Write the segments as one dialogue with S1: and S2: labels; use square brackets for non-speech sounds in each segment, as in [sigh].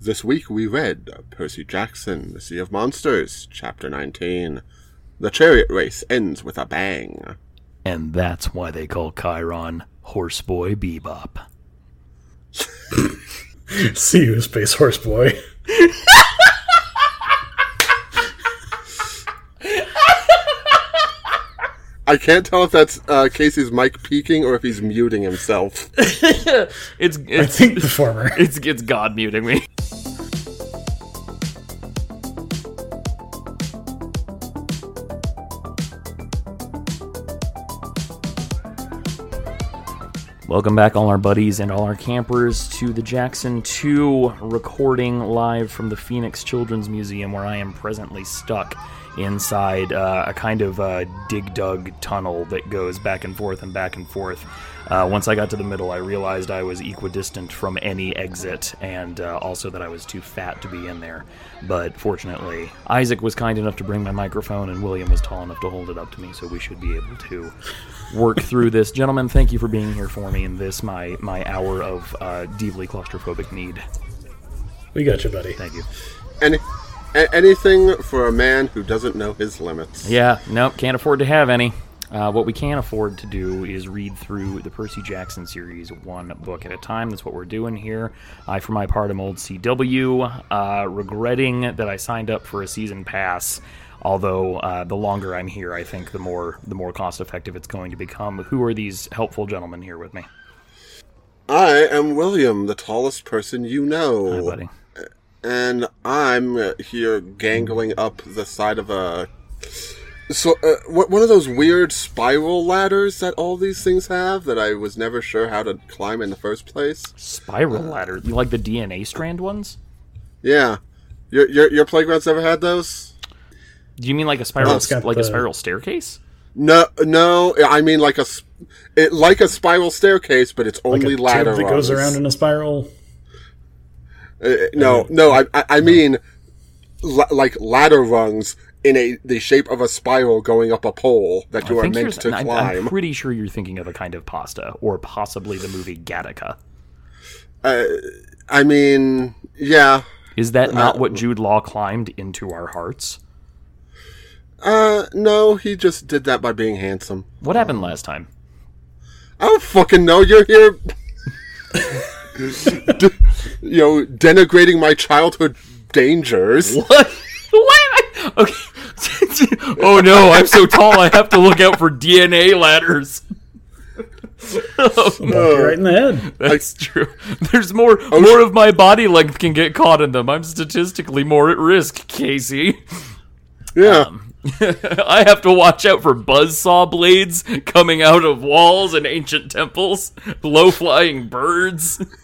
S1: This week we read Percy Jackson, The Sea of Monsters, Chapter 19. The chariot race ends with a bang.
S2: And that's why they call Chiron Horseboy Bebop.
S3: See you, Space Horse Boy.
S1: I can't tell if that's uh, Casey's mic peaking or if he's muting
S2: [laughs]
S1: himself.
S4: It's
S3: I
S4: it's
S3: think the former.
S4: it's, it's God muting me.
S2: Welcome back, all our buddies and all our campers, to the Jackson 2 recording live from the Phoenix Children's Museum, where I am presently stuck inside uh, a kind of uh, dig dug tunnel that goes back and forth and back and forth. Uh, once I got to the middle, I realized I was equidistant from any exit, and uh, also that I was too fat to be in there. But fortunately, Isaac was kind enough to bring my microphone, and William was tall enough to hold it up to me, so we should be able to work through this. Gentlemen, thank you for being here for me in this my my hour of uh, deeply claustrophobic need.
S3: We got you, buddy.
S2: Thank you.
S1: Any, a- anything for a man who doesn't know his limits.
S2: Yeah, nope, can't afford to have any. Uh, what we can afford to do is read through the Percy Jackson series one book at a time. That's what we're doing here. I, for my part, am old CW, uh, regretting that I signed up for a season pass. Although uh, the longer I'm here, I think the more the more cost effective it's going to become. Who are these helpful gentlemen here with me?
S1: I am William, the tallest person you know.
S2: Hi, buddy.
S1: and I'm uh, here gangling up the side of a so uh, wh- one of those weird spiral ladders that all these things have that I was never sure how to climb in the first place.
S2: Spiral ladder, you like the DNA strand ones?
S1: Yeah, your your, your playground's never had those.
S2: Do you mean like a spiral,
S3: it's got
S2: like a
S3: the-
S2: spiral staircase?
S1: No, no, I mean like a s- it like a spiral staircase, but it's
S3: Like a
S1: only
S3: tube
S1: ladder
S3: that goes around in a spiral.
S1: Uh, no, no, I, I, I mean, la- like ladder rungs in a the shape of a spiral going up a pole that you
S2: I
S1: are
S2: think
S1: meant
S2: you're-
S1: to
S2: I'm-
S1: climb.
S2: I'm pretty sure you're thinking of a kind of pasta, or possibly the movie Gattaca.
S1: I mean, yeah.
S2: Is that not what Jude Law climbed into our hearts?
S1: Uh, no, he just did that by being handsome.
S2: What happened last time?
S1: [laughs] I don't fucking know. You're here, [laughs] d- you know, denigrating my childhood dangers.
S2: What? Why am I? Okay. [laughs] oh no, I'm so tall. I have to look out for DNA
S1: [laughs]
S2: ladders.
S3: Knock you right in the head.
S2: That's true. There's more. more of my body length can get caught in them. I'm statistically more at risk, Casey.
S1: Yeah,
S2: [laughs] I have to watch out for buzzsaw blades coming out of walls and ancient temples, low flying birds. [laughs]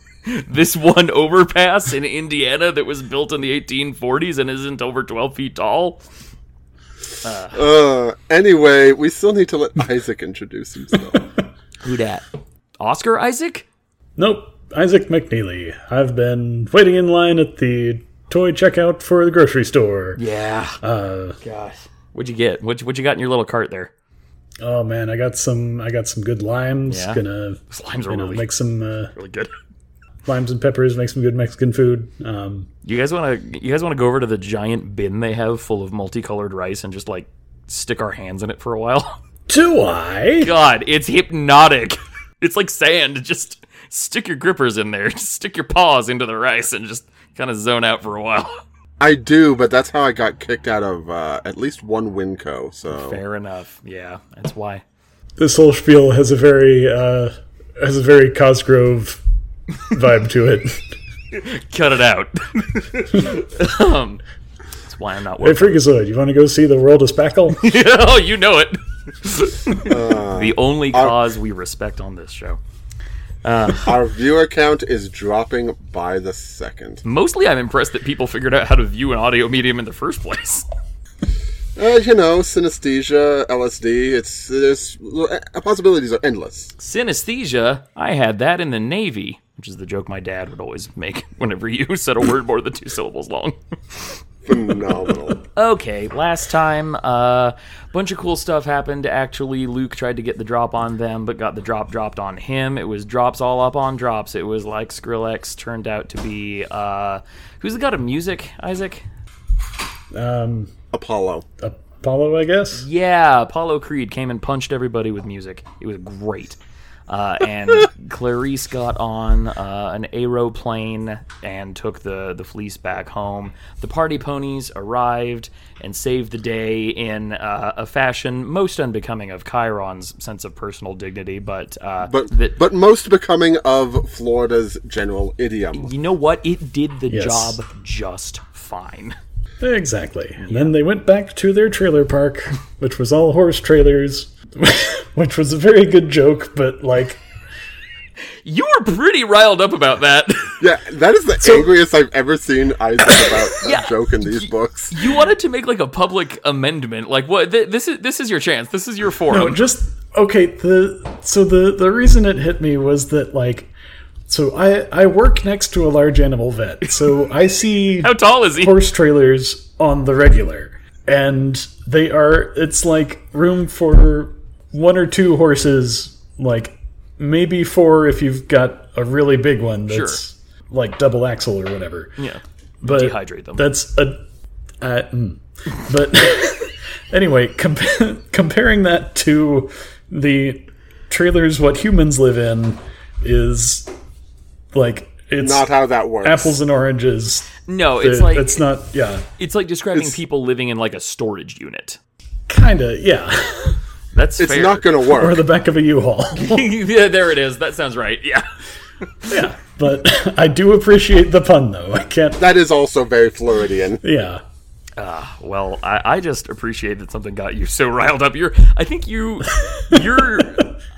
S2: This one overpass in Indiana that was built in the 1840s and isn't over 12 feet tall.
S1: uh, anyway, we still need to let Isaac introduce himself.
S2: Who dat? Oscar Isaac?
S3: Nope. Isaac McNeely. I've been waiting in line at the toy checkout for the grocery store.
S2: Yeah.
S3: Uh,
S2: Gosh. What'd you get? What what you got in your little cart there?
S3: oh man, I got some. I got some good limes.
S2: Yeah.
S3: Gonna
S2: Those limes are
S3: you know,
S2: really,
S3: make some uh,
S2: really good.
S3: limes and peppers. Make some good Mexican food. Um,
S2: You guys want to you guys want to go over to the giant bin they have full of multicolored rice and just like stick our hands in it for a while? [laughs]
S3: do I?
S2: God, it's hypnotic. [laughs] It's like sand. Just stick your grippers in there. [laughs] Just stick your paws into the rice and just kind of zone out for a while. [laughs]
S1: I do, but that's how I got kicked out of uh, at least one Winco. So
S2: Fair enough. Yeah, that's why.
S3: This whole spiel has a very uh, has a very Cosgrove vibe to it.
S2: Cut it [laughs] out. um, that's why [laughs] I'm not
S3: Hey,
S2: working.
S3: Freakazoid, you want to go see the world of Spackle?
S2: oh, you know it. the only cause we respect on this show.
S1: our viewer count is dropping by the second.
S2: Mostly, I'm impressed that people figured out how to view an audio medium in the first place.
S1: Uh, you know, synesthesia, LSD. It's there's uh, possibilities are endless.
S2: Synesthesia, I had that in the [laughs] Navy, which is the joke my dad would always make whenever you said a word more than two syllables long. [laughs]
S1: phenomenal.
S3: [laughs]
S2: Okay, last time, a uh, bunch of cool stuff happened. Actually, Luke tried to get the drop on them, but got the drop dropped on him. It was drops all up on drops. It was like Skrillex turned out to be. Uh, who's the god of music, Isaac?
S3: Um,
S1: Apollo.
S3: Apollo, I guess.
S2: Yeah, Apollo Creed came and punched everybody with music. It was great. Uh, and Clarice got on uh, an aeroplane and took the, the fleece back home. The party ponies arrived and saved the day in uh, a fashion most unbecoming of Chiron's sense of personal dignity, but uh,
S1: But
S2: that-
S1: but most becoming of Florida's general idiom.
S2: you know what? It did the
S3: Yes.
S2: job just fine.
S3: Exactly. And then they went back to their trailer park, [laughs] which was all horse trailers, [laughs] which was a very good joke, but like,
S4: You were pretty riled up about
S2: [laughs]
S4: that.
S1: Yeah, that is the angriest I've ever seen
S3: [coughs]
S1: Isaac about a joke in these books.
S4: you wanted to make like a public amendment. Like what? Th- this is this is your chance. This is your
S3: no,
S4: forum.
S3: Oh, just okay. The so the the reason it hit me was that like, so I I work next to a large animal vet, so I [laughs] see
S4: How tall is he?
S3: horse trailers on the regular. And they are, it's like room for one or two horses, like maybe four if you've got a really big one that's like double axle or whatever.
S4: Yeah.
S3: But
S2: Dehydrate them.
S3: That's a. Uh, mm. But [laughs] anyway, compa- [laughs] comparing that to the trailers what humans live in is like it's
S1: Not how that works.
S3: apples and oranges.
S2: No,
S3: It's
S2: it's like
S3: it's not yeah.
S2: it's like describing
S1: it's-
S2: people living in like a storage unit.
S3: Kinda, yeah. [laughs]
S4: That's
S1: It's
S4: fair. [laughs]
S1: not going to
S3: or
S1: work.
S3: the back of a U-Haul. [laughs]
S4: yeah, there it is. That sounds right. Yeah.
S3: but [laughs] I do appreciate the pun, though. I can't.
S1: that is also very Floridian.
S3: Yeah, [laughs]
S2: Ah, Well, I, I just appreciate that something got you so riled up. You're, I think you, you're,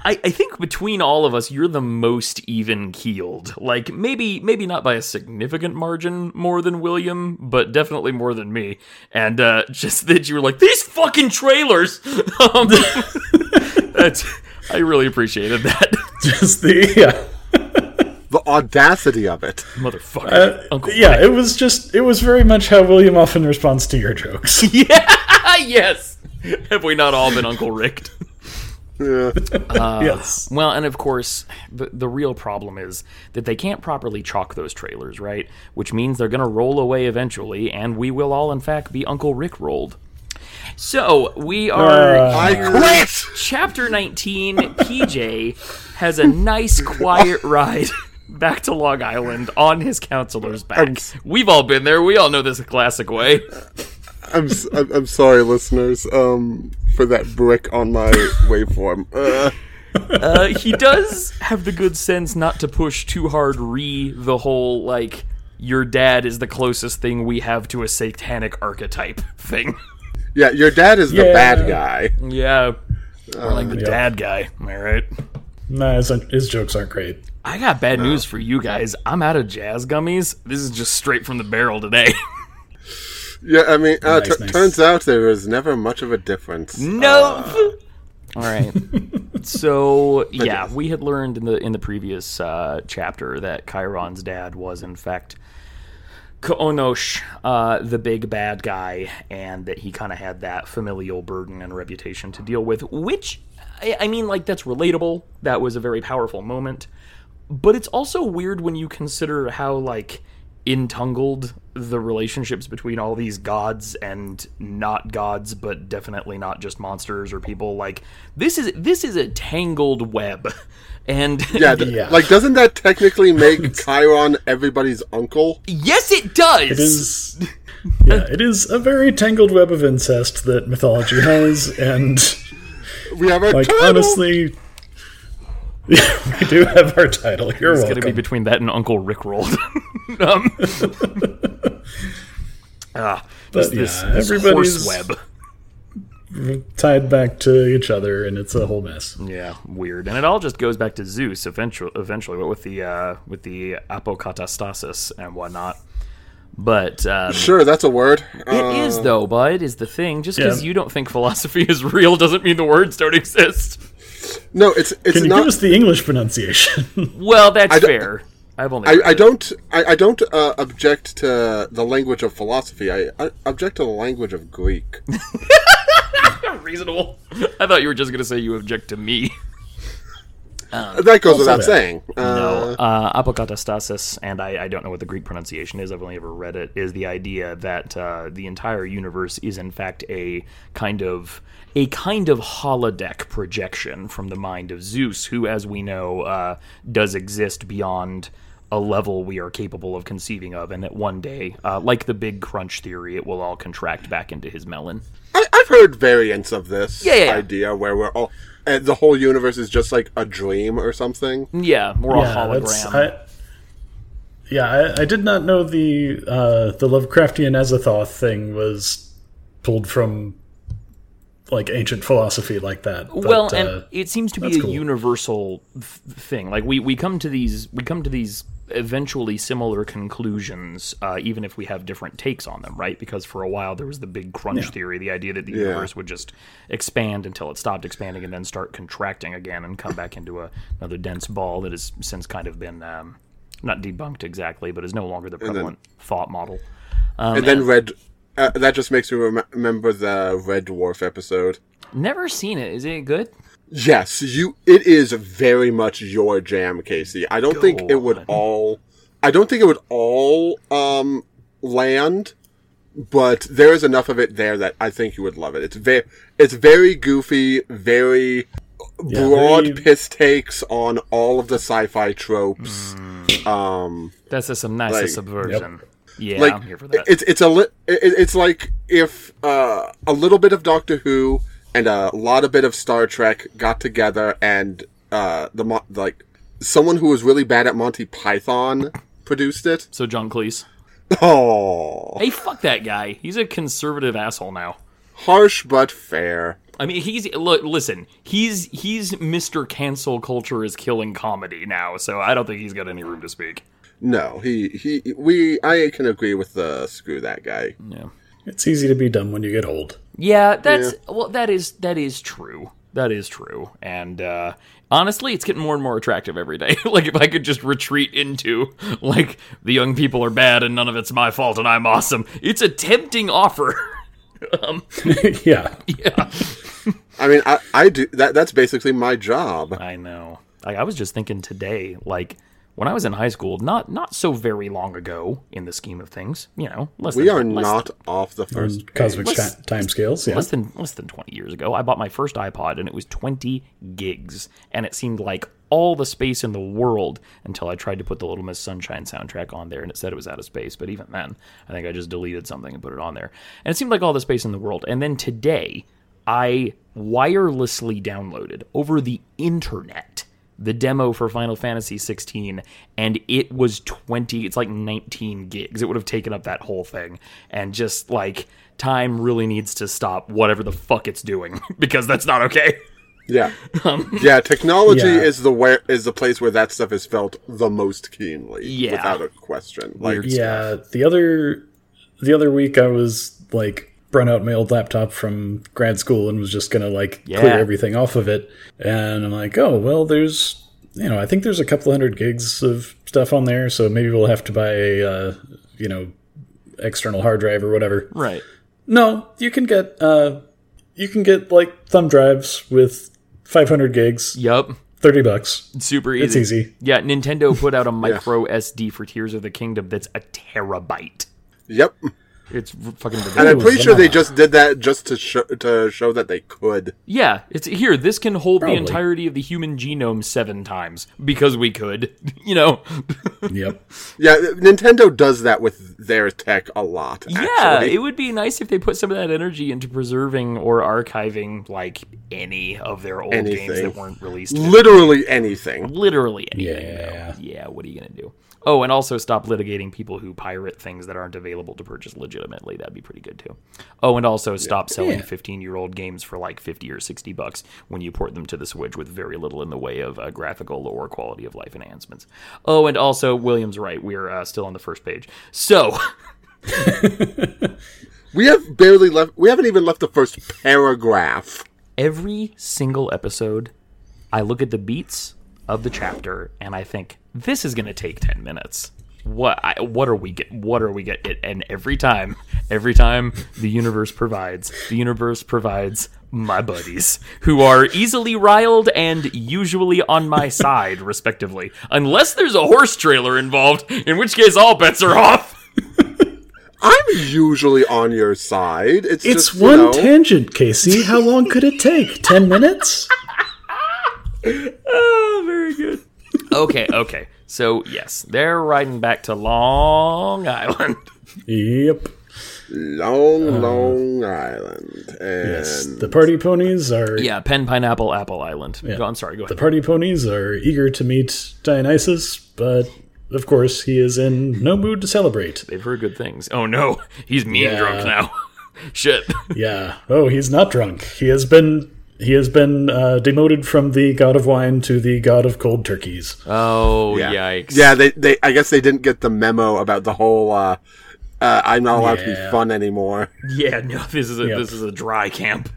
S2: I, I think between all of us, you're the most even keeled. Like maybe, maybe not by a significant margin more than William, but definitely more than me. And uh, [laughs] just that you were like these fucking trailers. [laughs] Um, that's, I really appreciated that, [laughs]
S3: just the yeah,
S1: The audacity of it.
S2: motherfucker, Uncle.
S3: yeah. It was just it was very much how William often responds to your jokes. [laughs]
S4: Ah, yes. Have we not all been Uncle Ricked?
S1: Yeah.
S2: Uh,
S3: yes,
S2: Well, and of course, the, the real problem is that they can't properly chalk those trailers, right? Which means they're going to roll away eventually, and we will all, in fact, be Uncle Rick rolled. So we are.
S3: Uh.
S1: I quit!
S2: Chapter 19 PJ has a nice, quiet ride [laughs] back to Long Island on his counselor's back.
S4: We've all been there. We all know this classic way.
S1: I'm, s- I'm, I'm sorry, listeners, um, for that brick on my waveform. Uh,
S2: Uh, he does have the good sense not to push too hard re the whole like your dad is the closest thing we have to a satanic archetype thing.
S1: yeah, your dad is the
S3: Yeah.
S1: bad guy.
S2: Yeah. Or like the dad guy. Am I right?
S3: nah, his, his jokes aren't great.
S2: I got bad news for you guys. I'm out of jazz gummies. This is just straight from the barrel today.
S1: Yeah, I mean, uh,
S3: Nice, Mm.
S1: t-
S3: nice.
S1: turns out there is never much of a difference.
S4: Nope.
S2: Uh, All right. So yeah, we had learned in the in the previous uh, chapter that Chiron's dad was in fact Koonosh, uh, the big bad guy, and that he kind of had that familial burden and reputation to deal with. Which I, I mean, like that's relatable. That was a very powerful moment, but it's also weird when you consider how like entangled the relationships between all these gods and not gods but definitely not just monsters or people like this is this is a tangled web [laughs] and
S1: Yeah,
S2: [laughs]
S1: th-
S3: Yeah.
S1: like doesn't that
S3: [laughs]
S1: technically make Chiron everybody's uncle?
S4: yes, it does.
S2: [laughs]
S3: It is yeah, it is a very tangled web of incest that mythology has, and
S1: We have a
S3: like
S1: turtle!
S3: honestly, [laughs] we do have our title. You're
S2: It's going to be
S3: welcome.
S2: between that and Uncle Rick [laughs] rolled. um,
S3: [laughs]
S2: ah,
S3: But
S2: this,
S3: yeah,
S2: this
S3: everybody's
S2: horse web.
S3: tied back to each other, and it's a whole mess.
S2: Yeah, weird. And it all just goes back to Zeus eventually, eventually but with the uh, with the apokatastasis and whatnot. But um,
S1: Sure, that's a word. Uh,
S2: it is though, bud. Is the thing just because
S3: Oh. Yeah.
S2: you don't think philosophy is real doesn't mean the words don't exist.
S1: No, it's it's
S3: Can you
S1: not.
S2: [laughs]
S3: give us the English pronunciation?
S2: Well, that's
S1: don't-
S2: fair. I've only.
S1: I,
S2: [laughs] read
S1: I
S2: it.
S1: don't I, I don't uh, object to the language of philosophy. I, I object to the language of Greek.
S4: Reasonable. I thought you were just gonna say you object to me.
S2: Uh,
S1: that goes without
S3: that.
S1: saying. Uh,
S2: No, uh, apokatastasis, and I, I don't know what the Greek pronunciation is. I've only ever read it. Is the idea that uh, the entire universe is in fact a kind of a kind of holodeck projection from the mind of Zeus, who, as we know, uh, does exist beyond a level we are capable of conceiving of, and that one day, uh, like the Big Crunch theory, it will all contract back into his melon.
S1: I, I've heard variants of this
S2: Yeah, yeah, yeah.
S1: idea where we're all uh, the whole universe is just like a dream or something.
S2: Yeah, more a
S3: Yeah, that's-
S2: hologram.
S3: I, yeah, I, I did not know the uh, the Lovecraftian Azathoth thing was pulled from like ancient philosophy like that. but,
S2: well
S3: uh,
S2: and it seems to be
S3: that's
S2: a
S3: cool.
S2: universal th- thing like we, we come to these we come to these eventually similar conclusions uh, even if we have different takes on them right because for a while there was the big crunch theory the idea that the universe would just expand until it stopped expanding and then start contracting again and come back into a, another dense ball that has since kind of been um, not debunked exactly but is no longer the prevalent thought model Oh,
S1: and then red. Uh, that just makes me rem- remember the Red Dwarf episode.
S2: never seen it is it good
S1: Yes, you. It is very much your jam, Casey. I don't think it would
S2: on.
S1: all. I don't think it would all um land, but there is enough of it there that I think you would love it. It's very, it's very goofy, very broad
S3: very-
S1: piss takes on all of the sci-fi tropes. Um,
S2: that's a some nice
S1: Like-
S2: subversion yeah
S1: like
S2: i'm here for that
S1: it's it's a li- it, it's like if uh, a little bit of Doctor Who and a lot of bit of Star Trek got together and uh, the Mon- like someone who was really bad at Monty Python produced it. [laughs]
S4: So John Cleese.
S1: Oh,
S4: Hey, fuck that guy. He's a conservative asshole now.
S1: harsh but fair.
S4: I mean, he's look. Listen, he's he's Mr. Cancel culture is killing comedy now. So I don't think he's got any room to speak.
S1: No, he he we I can agree with the screw that guy.
S3: it's easy to be dumb when you get old. [laughs]
S2: Yeah, that's
S4: Well, that is that is true. That is true. And uh, honestly, it's getting more and more attractive every day. [laughs] like if I could just retreat into like the young people are bad and none of it's my fault and I'm awesome. It's a tempting offer. [laughs]
S3: yeah,
S1: I mean, I I do that. That's basically my job.
S2: I know. Like I was just thinking today, like when I was in high school, not not so very long ago in the scheme of things, you know, less
S1: We
S2: than,
S1: are
S2: less,
S1: not off the
S2: [laughs]
S1: first.
S2: Mm.
S3: cosmic ti timescales. Yeah,
S2: less than less than 20 years ago. I bought my first iPod and it was 20 gigs and it seemed like all the space in the world until I tried to put the Little Miss Sunshine soundtrack on there and it said it was out of space, but even then, I think I just deleted something and put it on there. And it seemed like all the space in the world. And then today, I wirelessly downloaded over the internet the demo for Final Fantasy 16 and it was 20 it's like 19 gigs it would have taken up that whole thing and just like time really needs to stop whatever the fuck it's doing [laughs] because that's not okay
S1: Yeah, yeah. Technology
S3: Yeah.
S1: is the where is the place where that stuff is felt the most keenly,
S2: Yeah.
S1: without a question. Like,
S3: yeah. The other the other week, I was like burnt out my old laptop from grad school and was just gonna like
S2: Yeah.
S3: clear everything off of it. And I'm like, oh well, there's you know, I think there's a couple hundred gigs of stuff on there, so maybe we'll have to buy a uh, you know external hard drive or whatever.
S4: Right.
S3: No, you can get uh, you can get like thumb drives with 500 gigs,
S4: Yup.
S3: 30 bucks.
S4: Super easy.
S3: It's easy.
S4: Yeah, Nintendo put
S3: [laughs]
S4: out a micro SD for Tears of the Kingdom that's a terabyte.
S1: yep.
S4: It's r- fucking
S1: And
S4: ridiculous.
S1: I'm pretty sure they just did that just to show to show that they could.
S4: Yeah, it's here. This can hold
S3: Probably.
S4: the entirety of the human genome seven times because we could.
S2: [laughs]
S4: You know.
S3: Yep.
S1: Yeah, Nintendo does that with their tech a lot.
S4: Yeah,
S1: actually.
S4: it would be nice if they put some of that energy into preserving or archiving like any of their old games
S1: Anything.
S4: that weren't released.
S1: literally anything.
S4: Literally anything.
S3: Yeah.
S4: Yeah, what are you gonna do? Oh, and also stop litigating people who pirate things that aren't available to purchase legitimately. That'd be pretty good too. Oh, and also stop selling
S3: Yeah.
S4: fifteen-year-old games for like fifty or sixty bucks when you port them to the Switch with very little in the way of uh, graphical or quality of life enhancements. Oh, and also William's right. We're uh, still on the first page. So [laughs]
S1: We have barely left. We haven't even left the first paragraph.
S4: every single episode, I look at the beats,
S2: of the chapter, and I think this is going to take ten minutes. What I, what are we get? What are we get? It, and every time, every time the universe provides, the universe provides my buddies who are easily riled and usually on my [laughs] side, respectively, unless there's a horse trailer involved, in which case all bets are off.
S1: I'm usually on your side. It's
S3: It's
S1: just, you
S3: one
S1: know,
S3: tangent, Casey. How long could
S1: [laughs]
S3: it take? Ten minutes?
S2: Oh, very good. Okay, okay. So yes, they're riding back to Long Island.
S3: Yep.
S1: Long, Long Island, and
S3: Yes. The party ponies are
S2: Yeah, Pen Pineapple Apple Island. Go, I'm sorry. Go
S3: the
S2: ahead.
S3: party ponies are eager to meet Dionysus, but of course he is in no mood
S1: [laughs]
S3: to celebrate.
S2: They've heard good things. Oh no, [laughs] he's mean
S3: Yeah.
S2: drunk now. [laughs] Shit.
S3: Yeah. Oh, he's not drunk. He has been he has been uh, demoted from the god of wine to the god of cold turkeys.
S1: Uh,
S2: Oh yikes.
S1: Yeah, they, they I guess they didn't get the memo about the whole uh, uh, I'm not allowed to
S3: Yeah.
S1: be fun anymore. [laughs]
S2: Yeah. No, this is a
S3: Yep.
S2: this is a dry camp.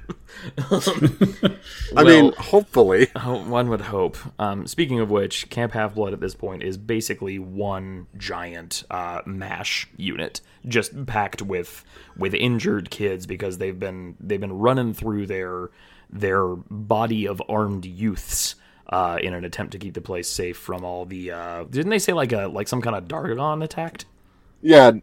S1: I mean, hopefully.
S2: Ho- One would hope. Um, speaking of which, Camp Half Blood at this point is basically one giant uh, mash unit, just packed with with injured kids because they've been they've been running through their their body of armed youths uh, in an attempt to keep the place safe from all the. Uh, didn't they say like a like some kind of Dargon attacked?
S1: Yeah.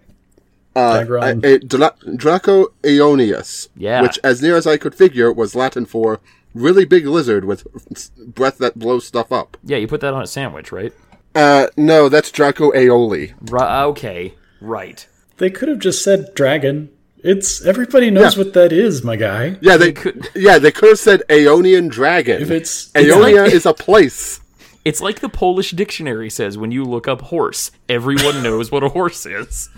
S1: Uh, I,
S3: Background.
S1: a Dra- Draco Aeonius,
S2: Yeah.
S1: which, as near as I could figure, was Latin for really big lizard with s- breath that blows stuff up.
S2: Yeah, you put that on a sandwich, right?
S1: Uh, no, that's Draco Aeoli.
S2: Ri- okay, right.
S3: They could have just said dragon. It's everybody knows
S1: Yeah.
S3: what that is, my guy.
S1: Yeah, they could. Yeah, they could have said Aeonian dragon.
S3: If it's- it's
S1: Aeonia
S2: like-
S1: is a place.
S2: It's like the Polish dictionary says when you look up horse, everyone knows what a horse is.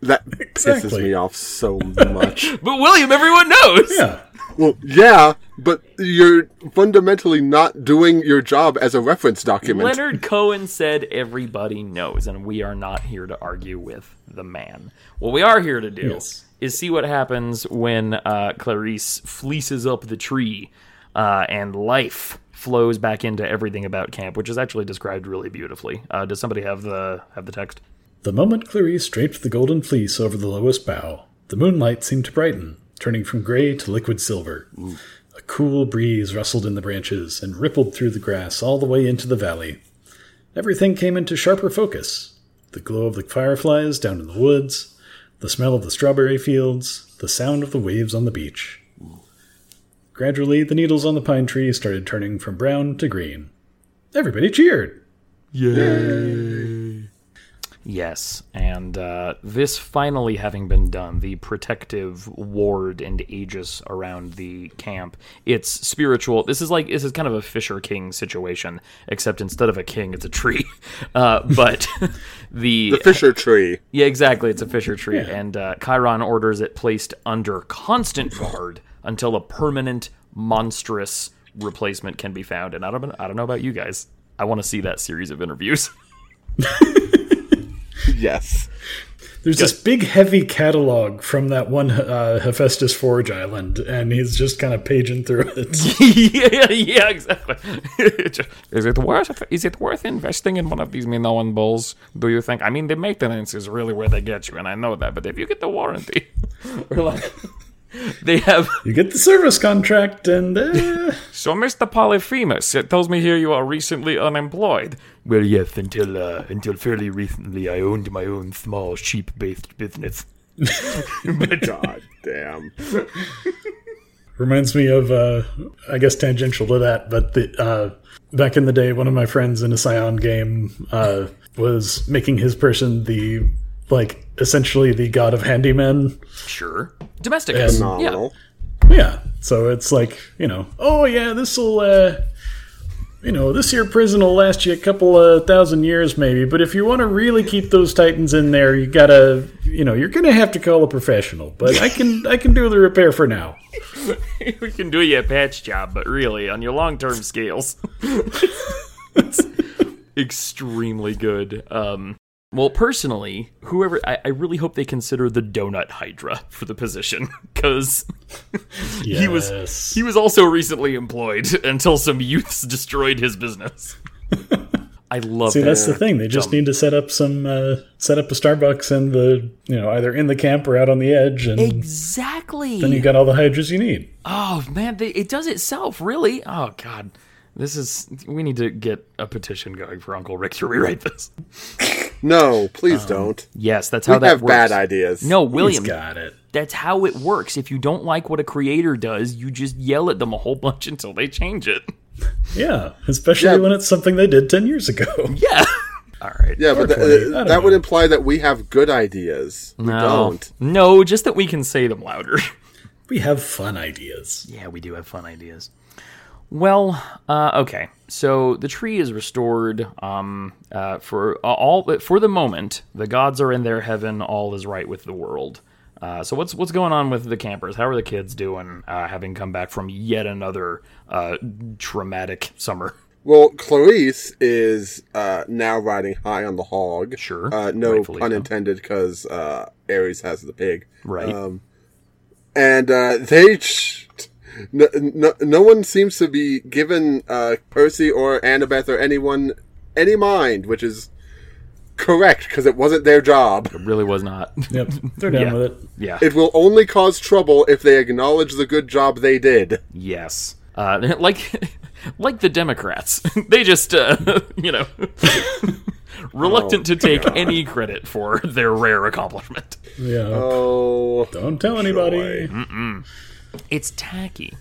S1: That pisses
S3: Exactly.
S1: me off so much.
S2: But William, everyone knows.
S3: Yeah.
S1: Well, yeah, but you're fundamentally not doing your job as a reference document.
S2: Leonard Cohen said everybody knows, and we are not here to argue with the man. What we are here to do
S3: Yes.
S2: is see what happens when uh, Clarice fleeces up the tree uh, and life flows back into everything about camp, which is actually described really beautifully. Uh, does somebody have the have the text?
S3: The moment Clarice draped the golden fleece over the lowest bough, the moonlight seemed to brighten, turning from gray to liquid silver. A cool breeze rustled in the branches and rippled through the grass all the way into the valley. Everything came into sharper focus the glow of the fireflies down in the woods, the smell of the strawberry fields, the sound of the waves on the beach. Gradually, the needles on the pine tree started turning from brown to green. Everybody cheered.
S2: Yes, and uh, this finally having been done, the protective ward and aegis around the camp, it's spiritual. This is like this is kind of a Fisher King situation, except instead of a king, it's a tree. [laughs] Uh, but [laughs] the,
S1: the Fisher Tree.
S2: yeah, exactly, it's a Fisher tree, and uh, Chiron orders it placed under constant guard until a permanent monstrous replacement can be found. And I don't, I don't know about you guys. I want to see that series of interviews. [laughs]
S1: Yes.
S3: There's this big heavy catalog from that one uh, Hephaestus Forge island, and he's just kind of paging through
S2: [laughs]
S3: it.
S2: yeah, yeah, exactly. [laughs] is it worth? Is it worth investing in one of these Minoan bulls? Do you think? I mean, the maintenance is really where they get you, and I know that. But if you get the warranty, [laughs] or like, [laughs] they have.
S3: you get the service contract, and uh,
S2: So, Mr. Polyphemus, it tells me here you are recently unemployed. Well, yes, until uh, until fairly recently, I owned my own small sheep-based business.
S1: God damn.
S3: reminds me of, uh, I guess, tangential to that, but the, uh, back in the day, one of my friends in a Scion game uh, was making his person the, like, essentially the god of handyman.
S2: Sure, domestic.
S1: Phenomenal.
S3: Yeah. So it's like, you know, oh yeah, this'll uh you know, this here prison will last you a couple of thousand years maybe, but if you want to really keep those titans in there, you gotta you know, you're gonna have to call a professional. But I can I can do the repair for now.
S2: we can do you a patch job, but really, on your long [laughs] term scales, it's extremely good. Um, well, personally, whoever I, I really hope they consider the donut hydra for the position [laughs] because
S3: Yes.
S2: he was he was also recently employed until some youths destroyed his business. I love
S3: See, that's the
S2: their
S3: thing. They just need to set up some uh, set up a Starbucks in the you know either in the camp or out on the edge, and
S2: Exactly.
S3: then you got all the hydras you need.
S2: Oh man, they, it does itself really. Oh god, this is. We need to get a petition going for Uncle Rick to rewrite this.
S1: No, please don't.
S2: Yes, that's how
S1: I
S2: Um, that
S1: have
S2: works.
S1: bad ideas.
S2: No, William,
S3: He's got it.
S2: that's how it works. If you don't like what a creator does, you just yell at them a whole [laughs] bunch until they change it.
S3: Yeah, especially
S1: Yeah.
S3: when it's something they did ten years ago.
S2: Yeah. All right.
S1: Yeah, but th-
S3: Unfortunately, I
S1: uh,
S3: don't
S1: that would
S3: know.
S1: imply that we have good ideas. We
S2: No.
S1: don't.
S2: No, just that we can say them louder.
S3: [laughs]
S2: [laughs]
S3: We have fun ideas.
S2: Yeah, we do have fun ideas. Well, uh, okay. So the tree is restored. Um, uh, for all for the moment, the gods are in their heaven. All is right with the world. Uh, so what's what's going on with the campers? How are the kids doing? Uh, having come back from yet another uh, traumatic summer.
S1: Well, Clarice is uh, now riding high on the hog.
S2: Sure,
S1: Uh, no
S2: rightfully
S1: pun
S2: so.
S1: intended, because uh, Ares has the pig.
S2: Right.
S1: Um, and uh, they. Sh- no, no, no one seems to be given uh, Percy or Annabeth or anyone any mind, which is correct, because it wasn't their job.
S2: It really was not. [laughs]
S3: Yep, they're down
S2: Yeah.
S3: with it.
S2: yeah.
S1: It will only cause trouble if they acknowledge the good job they did.
S2: Yes. Uh, [laughs] like like the Democrats. [laughs] they just uh, you know [laughs] reluctant to take any credit for their rare accomplishment.
S3: Yeah,
S1: Oh.
S3: don't tell anybody.
S2: It's tacky.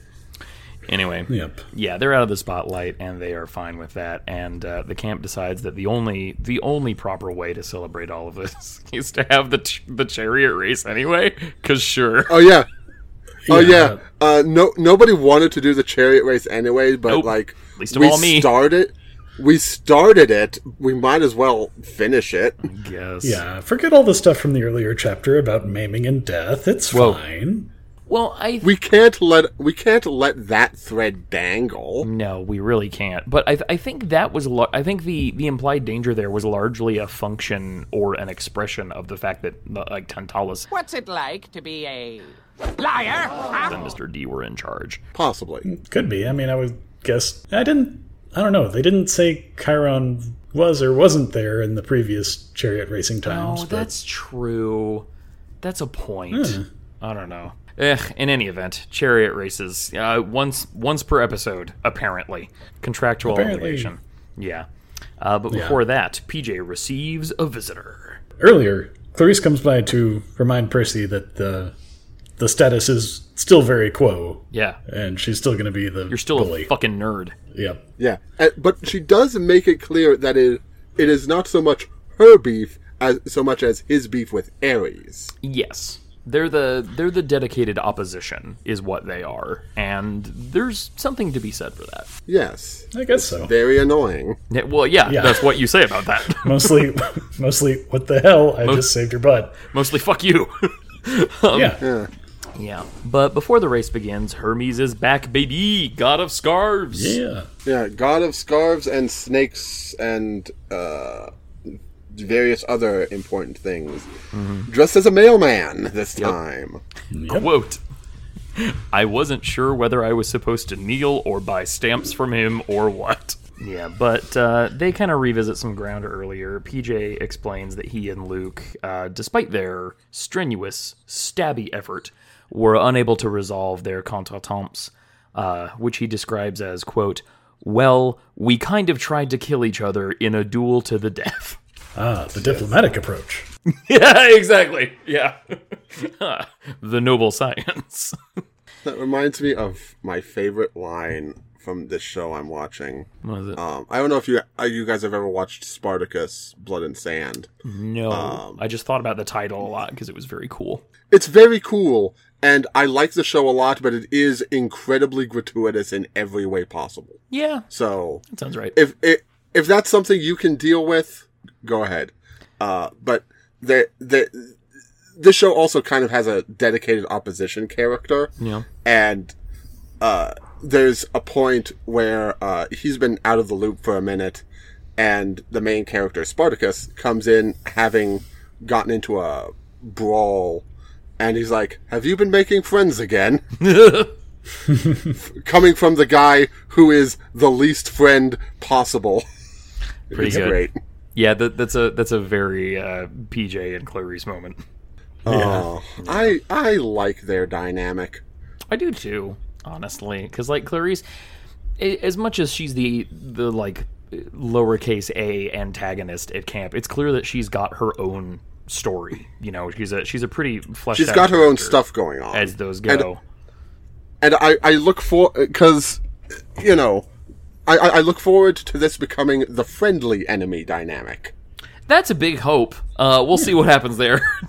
S2: Anyway,
S3: Yep.
S2: yeah, they're out of the spotlight and they are fine with that. And uh, the camp decides that the only the only proper way to celebrate all of this [laughs] is to have the ch- the chariot race anyway. Cause sure,
S1: Oh yeah. Oh yeah. Uh, no, nobody wanted to do the chariot race anyway, but
S2: Nope.
S1: like
S2: Least of
S1: we
S2: all me.
S1: started. We started it. We might as well finish it.
S2: yes,
S3: Yeah, forget all the stuff from the earlier chapter about maiming and death. It's
S2: Whoa.
S3: fine.
S2: Well, I
S1: We can't let we can't let that thread dangle.
S2: No, we really can't. But I, I think that was lar- I think the the implied danger there was largely a function or an expression of the fact that like Tantalus
S5: What's it like to be a liar? huh?
S2: and Mr. D were in charge.
S1: Possibly.
S3: Could be. I mean, I would guess. I didn't. I don't know. They didn't say Chiron was or wasn't there in the previous chariot racing times.
S2: Oh,
S3: but-
S2: that's true. That's a point.
S3: Hmm.
S2: I don't know. Eh, in any event, chariot races uh, once once per episode, apparently contractual
S3: Apparently.
S2: obligation. Yeah, uh, but before that, PJ receives a visitor.
S3: earlier, Clarice comes by to remind Percy that the the status is still very quo,
S2: Yeah,
S3: and she's still going to be the
S2: you're still
S3: Uh, bully.
S2: a fucking nerd.
S3: yep.
S1: Yeah. Uh, But she does make it clear that it it is not so much her beef as so much as his beef with Ares.
S2: Yes. They're the they're the dedicated opposition is what they are. And there's something to be said for that.
S1: Yes.
S3: I guess
S1: [laughs]
S3: so.
S1: Very annoying.
S2: Yeah, well, yeah,
S3: Yeah.
S2: that's what you say about that.
S3: mostly, [laughs] mostly. What the hell? I just saved your butt.
S2: Mostly fuck you.
S3: yeah.
S2: yeah. But before the race begins, Hermes is back, baby, god of scarves.
S3: Yeah.
S1: Yeah, god of scarves and snakes and uh, various other important things.
S2: Mm-hmm.
S1: Dressed as a mailman this time.
S2: Quote. I wasn't sure whether I was supposed to kneel or buy stamps from him or what. Yeah, but uh, they kind of revisit some ground earlier. PJ explains that he and Luke, uh, despite their strenuous, stabby effort, were unable to resolve their contretemps, uh, which he describes as, quote, well, we kind of tried to kill each other in a duel to the death. [laughs]
S3: Ah, the diplomatic approach.
S2: yeah, exactly. Yeah. [laughs] the noble science.
S1: That reminds me of my favorite line from this show I'm watching.
S2: What is it?
S1: Um, I don't know if you uh, you guys have ever watched Spartacus: Blood and Sand.
S2: No,
S1: Um,
S2: I just thought about the title a lot because it was very cool.
S1: It's very cool, and I like the show a lot, but it is incredibly gratuitous in every way possible.
S2: Yeah,
S1: So
S2: that sounds right. [laughs]
S1: if if if that's something you can deal with, go ahead. Uh, but the the this show also kind of has a dedicated opposition character.
S2: Yeah.
S1: and uh, there's a point where uh, he's been out of the loop for a minute, and the main character Spartacus comes in having gotten into a brawl. And he's like, "Have you been making friends again?" [laughs] coming from the guy who is the least friend possible. [laughs]
S2: Pretty
S1: it's
S2: good.
S1: great.
S2: Yeah, that, that's a that's a very uh, PJ and Clarice moment.
S1: Oh, I I like their dynamic.
S2: I do too, honestly, because like Clarice, a- as much as she's the the like lowercase a antagonist at camp, it's clear that she's got her own story. You know, she's a she's a pretty fleshed.
S1: She's
S2: out
S1: got her own
S2: character
S1: stuff going on.
S2: as those go.
S1: and I, I look for because you know I, I I look forward to this becoming the friendly enemy dynamic.
S4: That's a big hope. Uh, we'll see what happens there.
S2: [laughs]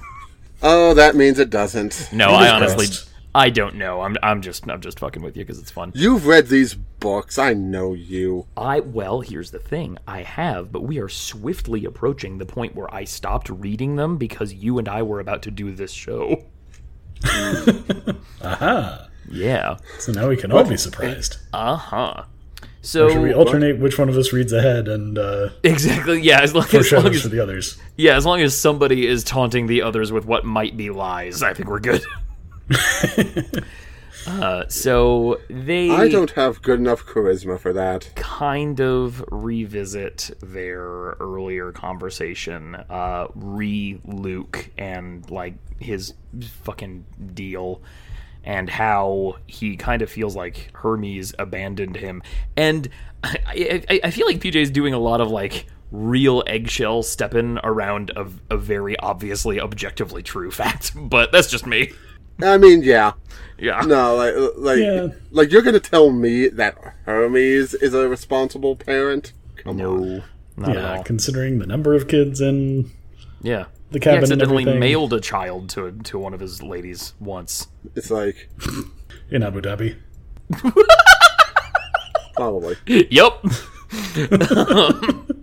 S1: Oh, that means it doesn't.
S2: no, I honestly,
S3: crossed.
S2: I don't know. I'm I'm just I'm just fucking with you because it's fun.
S1: You've read these books. I know you.
S2: I well, here's the thing. I have, but we are swiftly approaching the point where I stopped reading them because you and I were about to do this show. Aha. Yeah.
S3: So now we can all be surprised.
S2: Uh-huh. So
S3: Should we alternate which one of us reads ahead and uh,
S2: exactly, yeah, as long, as, long
S3: foreshadows for
S2: as
S3: the others?
S2: yeah, as long as somebody is taunting the others with what might be lies, I think we're good. uh, so they
S1: I don't have good enough charisma for that.
S2: kind of revisit their earlier conversation uh re Luke and like his fucking deal and how he kind of feels like Hermes abandoned him and I, I, I feel like PJ's doing a lot of like real eggshell stepping around a, a very obviously objectively true fact [laughs] but that's just me
S1: I mean, yeah,
S2: yeah
S1: no, like like
S3: Yeah.
S1: like you're gonna tell me that Hermes is a responsible parent? Come on.
S2: not at
S3: yeah,
S2: all
S3: considering the number of kids in
S2: yeah
S3: the
S2: he
S3: cabin and
S2: accidentally
S3: everything
S2: mailed a child to to one of his ladies once
S1: It's like
S3: in Abu Dhabi.
S1: probably.
S2: Yep. [laughs]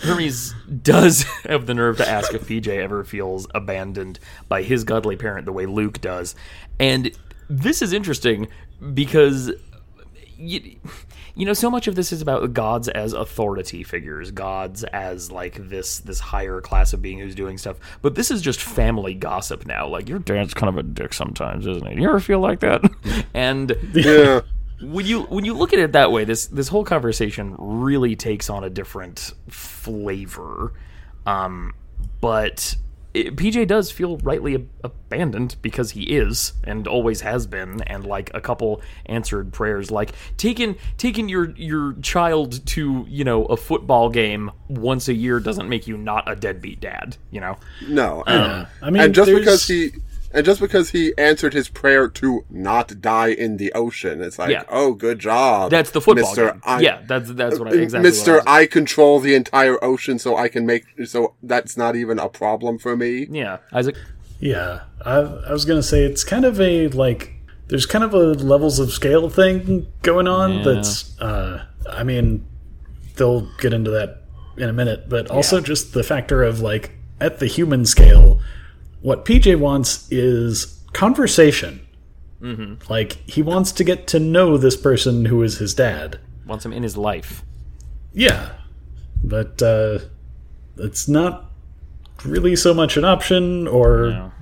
S2: Hermes does [laughs] have the nerve to ask if PJ ever feels abandoned by his godly parent the way Luke does. And this is interesting because you, you know so much of this is about gods as authority figures gods as like this this higher class of being who's doing stuff but this is just family gossip now like your dad's kind of a dick sometimes isn't he you ever feel like that [laughs] and
S1: Yeah.
S2: when you when you look at it that way, this this whole conversation really takes on a different flavor. Um, but it, PJ does feel rightly ab- abandoned because he is and always has been, and like a couple answered prayers, like taking taking your your child to you know a football game once a year doesn't make you not a deadbeat dad, you know.
S1: No.
S2: Uh,
S3: I mean,
S1: and just
S3: there's-
S1: because he and just because he answered his prayer to not die in the ocean, it's like,
S2: Yeah.
S1: oh, good job.
S2: That's the football
S1: Mr.
S2: game.
S1: I, uh,
S2: yeah, that's that's what I exactly. what I
S1: Mister,
S2: was-
S1: I control the entire ocean, so I can make so that's not even a problem for me.
S2: yeah, Isaac.
S3: Yeah, I, I was gonna say it's kind of a like there's kind of a levels of scale thing going on. That's uh, I mean, they'll get into that in a minute, but also just the factor of like at the human scale, what PJ wants is conversation. Like he wants to get to know this person who is his dad.
S2: wants him in his life.
S3: Yeah, but uh, it's not really so much an option, or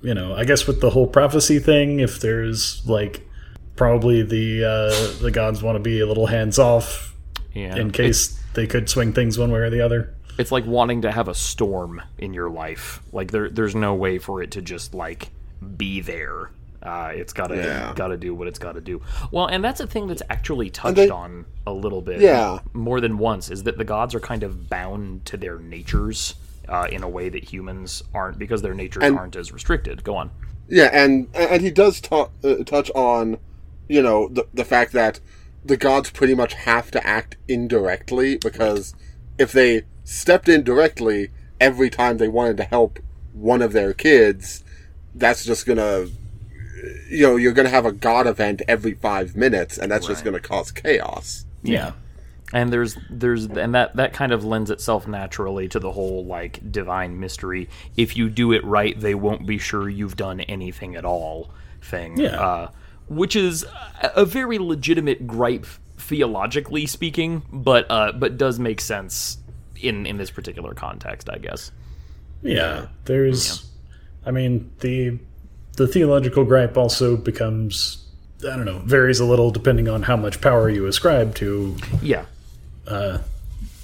S3: you know, I guess with the whole prophecy thing, if there's like probably the uh, the gods want to be a little hands off
S2: Yeah,
S3: in case they could swing things one way or the other.
S2: it's like wanting to have a storm in your life. Like there, there's no way for it to just like be there. Uh, it's gotta
S1: Yeah.
S2: gotta do what it's gotta do. Well, and that's a thing that's actually touched
S1: they-
S2: on a little bit,
S1: Yeah.
S2: more than once. Is that the gods are kind of bound to their natures uh, in a way that humans aren't because their natures aren't as restricted. Go on.
S1: Yeah, and and he does ta- uh, touch on, you know, the the fact that the gods pretty much have to act indirectly because if they stepped in directly every time they wanted to help one of their kids, that's just gonna, you know, you're gonna have a god event every five minutes, and that's just gonna cause chaos.
S3: Yeah,
S2: and there's there's and that that kind of lends itself naturally to the whole like divine mystery if you do it right they won't be sure you've done anything at all thing
S3: Yeah.
S2: uh, which is a, a very legitimate gripe theologically speaking but uh but does make sense in in this particular context i guess
S3: yeah. There's, I mean, the the theological gripe also becomes I don't know varies a little depending on how much power you ascribe to
S2: yeah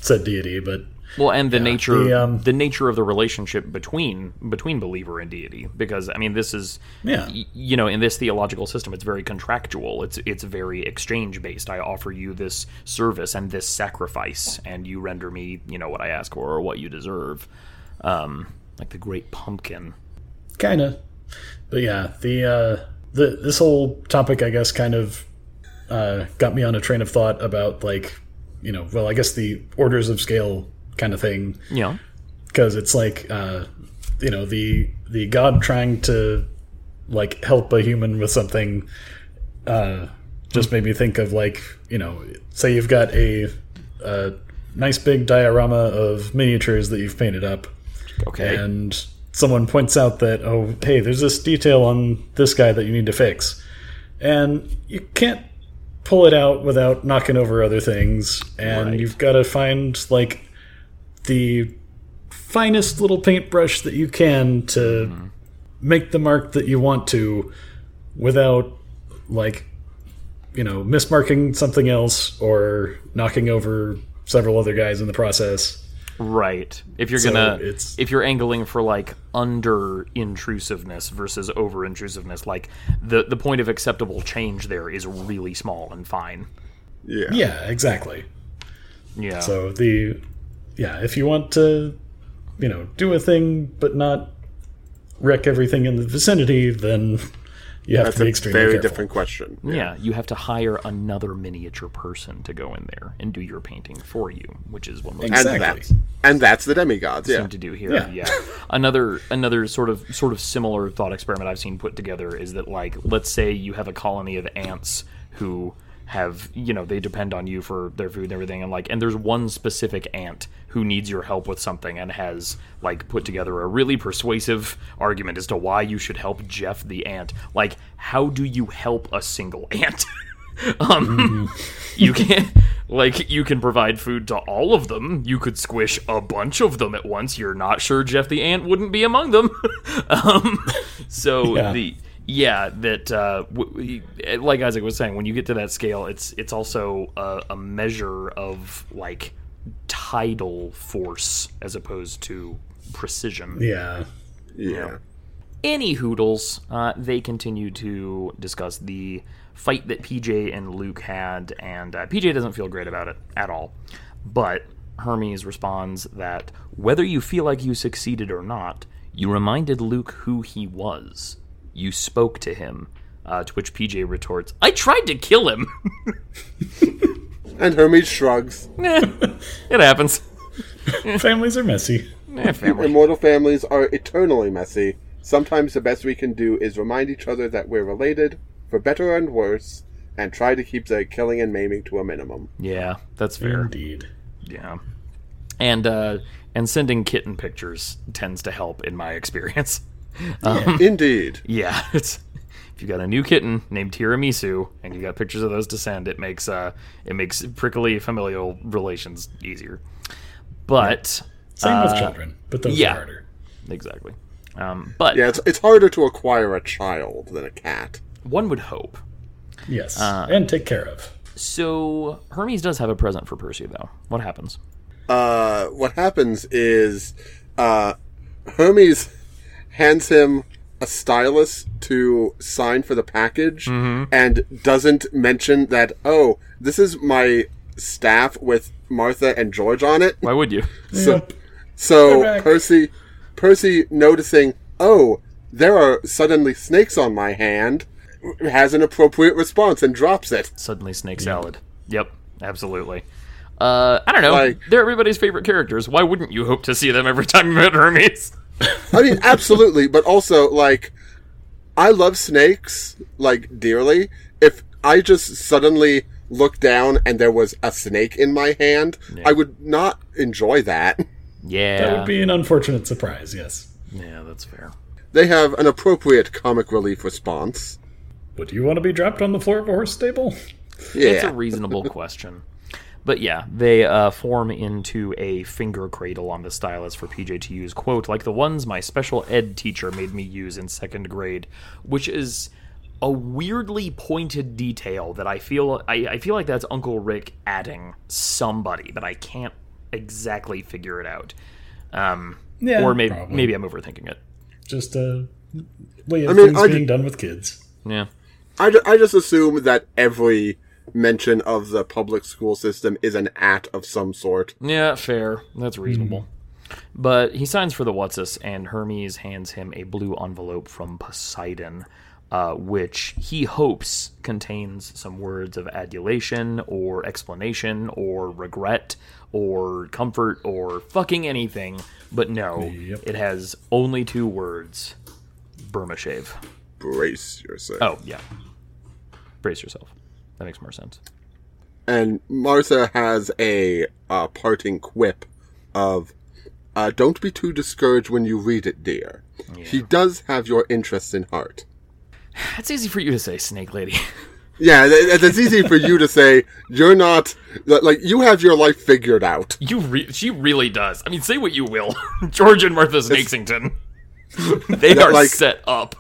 S3: said deity, but
S2: Well, and the nature
S3: the, um,
S2: the nature of the relationship between between believer and deity, because I mean, this is
S3: Yeah.
S2: y- you know, in this theological system, it's very contractual. It's it's very exchange based. I offer you this service and this sacrifice, and you render me, you know, what I ask for or what you deserve, um, like the great pumpkin.
S3: kind of but yeah the uh the this whole topic i guess kind of uh got me on a train of thought about like you know well i guess the orders of scale kind of thing
S2: You know,
S3: because it's like uh you know the the god trying to like help a human with something uh just made me think of like you know say you've got a a nice big diorama of miniatures that you've painted up
S2: okay,
S3: and someone points out that oh hey there's this detail on this guy that you need to fix and you can't pull it out without knocking over other things and
S2: Right.
S3: you've got to find like the finest little paintbrush that you can to make the mark that you want to without like you know mismarking something else or knocking over several other guys in the process
S2: right. If you're
S3: So
S2: gonna,
S3: it's-
S2: if you're angling for like under intrusiveness versus over intrusiveness, like the the point of acceptable change there is really small and fine.
S1: Yeah.
S3: yeah exactly
S2: Yeah.
S3: So the yeah, if you want to, you know, do a thing but not wreck everything in the vicinity, then you have
S1: That's
S3: to
S1: a
S3: be extremely
S1: very
S3: careful.
S1: different question.
S2: Yeah, you have to hire another miniature person to go in there and do your painting for you, which is what most
S1: And
S3: Exactly.
S1: that's and that's the demigods. Yeah.
S2: seem to do here.
S3: Yeah.
S2: Yeah. [laughs] Another another sort of sort of similar thought experiment I've seen put together is that like let's say you have a colony of ants who have you know they depend on you for their food and everything and like and there's one specific ant who needs your help with something and has like put together a really persuasive argument as to why you should help Jeff the ant like how do you help a single ant [laughs] Um, you can like you can provide food to all of them. You could squish a bunch of them at once. You're not sure Jeff the ant wouldn't be among them. [laughs] um, so
S3: Yeah.
S2: the yeah that uh, w- w- like Isaac was saying, when you get to that scale, it's it's also a, a measure of like tidal force as opposed to precision.
S3: Yeah.
S1: Yeah.
S2: Any hoodles, uh, they continue to discuss the fight that PJ and Luke had, and uh, PJ doesn't feel great about it at all. But Hermes responds that whether you feel like you succeeded or not, you reminded Luke who he was. You spoke to him. Uh, to which PJ retorts, I tried to kill him! [laughs]
S1: And Hermes shrugs.
S2: Eh, it [laughs] happens.
S3: Families are messy.
S2: Eh, family.
S1: Immortal families are eternally messy. Sometimes the best we can do is remind each other that we're related, for better and worse, and try to keep the killing and maiming to a minimum.
S2: Yeah, that's fair.
S3: Indeed.
S2: Yeah. And uh and sending kitten pictures tends to help in my [laughs] experience.
S1: [laughs] Indeed.
S2: Yeah, [laughs] it's if you got a new kitten named Tiramisu and you got pictures of those to send, it makes uh it makes prickly familial relations easier. But
S3: Same with children, but those
S2: Uh, yeah.
S3: are harder.
S2: exactly. Um but
S1: Yeah, it's, it's harder to acquire a child than a cat.
S2: one would hope.
S3: Yes.
S2: Uh,
S3: and take care of.
S2: So Hermes does have a present for Percy though. What happens?
S1: Uh, what happens is uh, Hermes hands him a stylus to sign for the package and doesn't mention that, oh, this is my staff with Martha and George on it.
S2: Why would you?
S1: So,
S3: Yep.
S1: so
S3: They're back.
S1: Percy, Percy noticing, oh, there are suddenly snakes on my hand, has an appropriate response and drops it.
S2: [laughs] Suddenly snake salad. Yep, absolutely. Uh, I don't know.
S1: Like-
S2: They're everybody's favorite characters. Why wouldn't you hope to see them every time you met Hermes?
S1: I
S3: [laughs]
S1: mean, absolutely, but also like, I love snakes like dearly. If I just suddenly looked down and there was a snake in my hand, I would not enjoy that.
S2: Yeah.
S3: That would be an unfortunate surprise, yes.
S2: yeah, that's fair.
S1: They have an appropriate comic relief response.
S3: Would you want to be dropped on the floor of a horse stable?
S1: Yeah,
S2: It's a reasonable question. But yeah, they uh, form into a finger cradle on the stylus for PJ to use, quote, like the ones my special ed teacher made me use in second grade, which is a weirdly pointed detail that I feel I, I feel like that's Uncle Rick adding somebody, but I can't exactly figure it out. Um,
S3: Yeah,
S2: or maybe
S3: probably.
S2: maybe I'm overthinking it.
S3: Just uh, well, yeah,
S1: mean,
S3: things
S1: I
S3: being
S1: ju-
S3: done with kids.
S2: Yeah.
S1: I, ju- I just assume that every mention of the public school system is an at of some sort.
S2: Yeah, fair. That's reasonable. But he signs for the Whatsus, and Hermes hands him a blue envelope from Poseidon, uh, which he hopes contains some words of adulation or explanation or regret or comfort or fucking anything. But no, it has only two words Burma shave.
S1: Brace yourself.
S2: Oh, yeah. Brace yourself. That makes more sense.
S1: And Martha has a uh, parting quip of, uh, "Don't be too discouraged when you read it, dear. He does have your interest in heart."
S2: That's easy for you to say, Snake Lady. [laughs]
S1: Yeah, th- th- it's easy for you to say you're not li- like you have your life figured out.
S2: You re- she really does. I mean, say what you will. [laughs] George and Martha Snakesington. they
S1: That,
S2: are
S1: like-
S2: set up.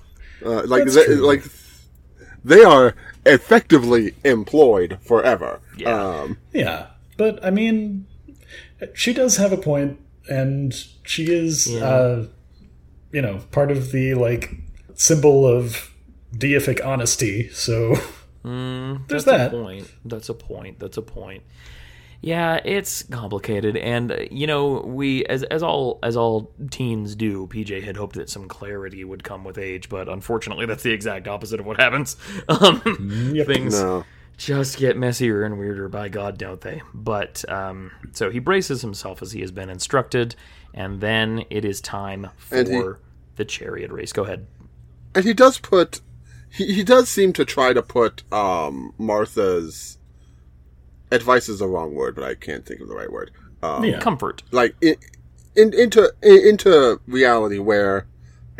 S1: Uh, like they, like they are effectively employed forever.
S2: Yeah.
S1: Um,
S3: Yeah, but I mean, she does have a point, and she is, uh, you know, part of the like symbol of deific honesty. So [laughs] there's
S2: Mm, That's
S3: that.
S2: a point. That's a point. That's a point. Yeah, it's complicated, and uh, you know, we as as all as all teens do. PJ had hoped that some clarity would come with age, but unfortunately, that's the exact opposite of what happens. [laughs]
S3: Mm,
S2: Um, Things
S1: no.
S2: just get messier and weirder by god don't they but um, so he braces himself as he has been instructed and then it is time for
S1: And he-
S2: the chariot race go ahead
S1: and he does put he, he does seem to try to put um martha's advice is the wrong word but i can't think of the right word um,
S3: Yeah.
S2: comfort
S1: like in, in, into in, into reality where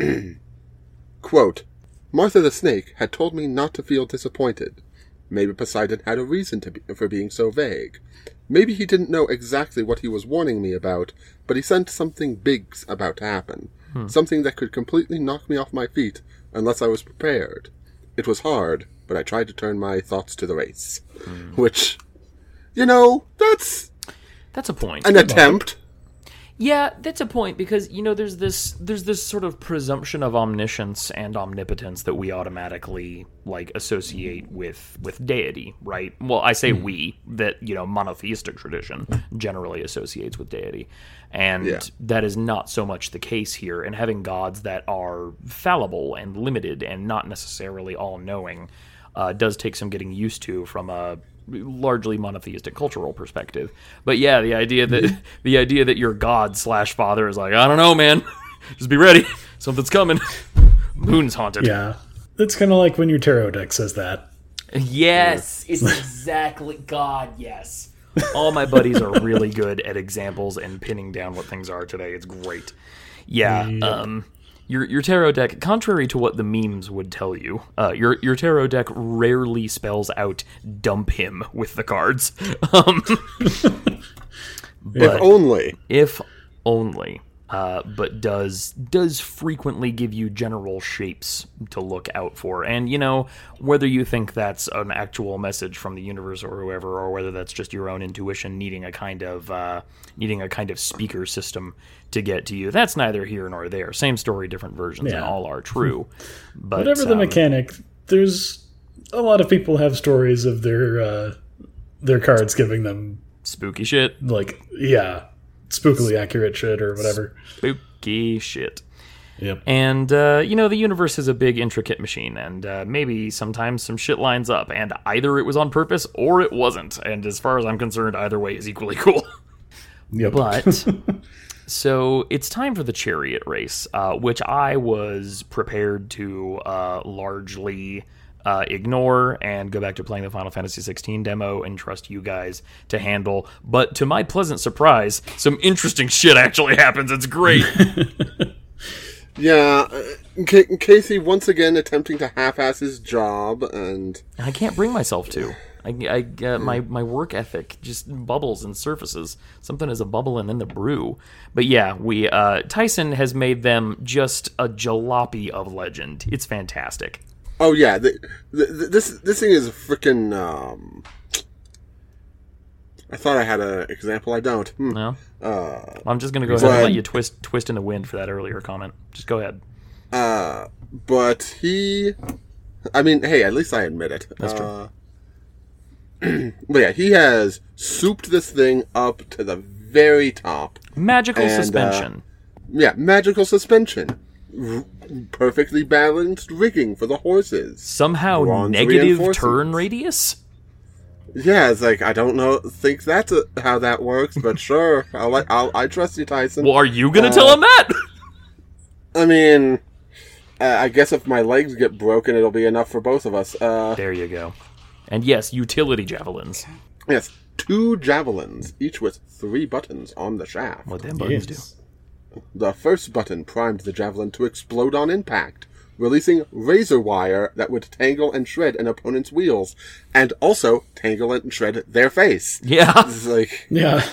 S1: [clears throat] quote martha the snake had told me not to feel disappointed maybe poseidon had a reason to be, for being so vague maybe he didn't know exactly what he was warning me about but he sensed something big's about to happen something that could completely knock me off my feet unless i was prepared it was hard but i tried to turn my thoughts to the race [laughs] which you know that's
S2: that's a point
S1: an attempt
S2: yeah that's a point because you know there's this there's this sort of presumption of omniscience and omnipotence that we automatically like associate with with deity right well i say we that you know monotheistic tradition generally associates with deity and
S1: Yeah.
S2: that is not so much the case here and having gods that are fallible and limited and not necessarily all-knowing uh, does take some getting used to from a largely monotheistic cultural perspective but yeah the idea that [laughs] the idea that your god slash father is like i don't know man [laughs] just be ready something's coming [laughs] moon's haunted
S3: Yeah, it's kind of like when your tarot deck says that.
S2: Yes, it's exactly God. Yes. All my buddies are really good at examples and pinning down what things are today. It's great. Yeah. Um, your your tarot deck, contrary to what the memes would tell you, uh, your your tarot deck rarely spells out "dump him" with the cards. [laughs] Um,
S1: if only
S2: if only. Uh, but does does frequently give you general shapes to look out for, and you know whether you think that's an actual message from the universe or whoever, or whether that's just your own intuition needing a kind of uh, needing a kind of speaker system to get to you. That's neither here nor there. Same story, different versions, and
S3: Yeah.
S2: all are true. But
S3: Whatever the
S2: um,
S3: mechanic, there's a lot of people have stories of their uh, their cards giving them
S2: spooky shit,
S3: like yeah, spookily accurate shit or whatever.
S2: spooky shit.
S3: Yep.
S2: And, uh, you know, the universe is a big, intricate machine, and uh, maybe sometimes some shit lines up, and either it was on purpose or it wasn't. And as far as I'm concerned, either way is equally [laughs] cool.
S3: Yep.
S2: But. So it's time for the chariot race, uh, which I was prepared to uh, largely uh, ignore and go back to playing the Final Fantasy XVI demo and trust you guys to handle. But to my pleasant surprise, some interesting shit actually happens. It's great.
S1: Yeah, uh, Ca- Casey once again attempting to half-ass his job, and
S2: and I can't bring myself to. I, I uh, my my work ethic just bubbles and surfaces. Something is a bubble and then the brew. But yeah, we uh, Tyson has made them just a jalopy of legend. It's fantastic.
S1: oh yeah, the, the, this this thing is freaking um, I thought I had an example. I don't. Hmm.
S2: No. I'm just gonna go ahead and
S1: but-
S2: let you twist twist in the wind for that earlier comment. Just go ahead.
S1: But he, I mean, hey, at least I admit it. That's
S2: true.
S1: true. [clears throat] but yeah, he has souped this thing up to the very top.
S2: Magical
S1: And, uh,
S2: suspension.
S1: Yeah, magical suspension, r- perfectly balanced rigging for the horses.
S2: Somehow
S1: bronze
S2: negative
S1: reinforcements.
S2: turn radius.
S1: Yeah, it's like I don't know, think that's a, how that works,
S2: [laughs]
S1: but sure, I'll, let- I'll I trust you, Tyson.
S2: Well, are you gonna
S1: Uh,
S2: tell him that? [laughs]
S1: I mean, uh, I guess if my legs get broken, it'll be enough for both of us. Uh,
S2: there you go. And yes, utility javelins.
S1: yes, two javelins, each with three buttons on the shaft.
S2: What them buttons [laughs]
S3: Yes.
S1: The first button primed the javelin to explode on impact, releasing razor wire that would tangle and shred an opponent's wheels, and also tangle and shred their face.
S2: do? Yeah. [laughs]
S1: It's like,
S3: Yeah.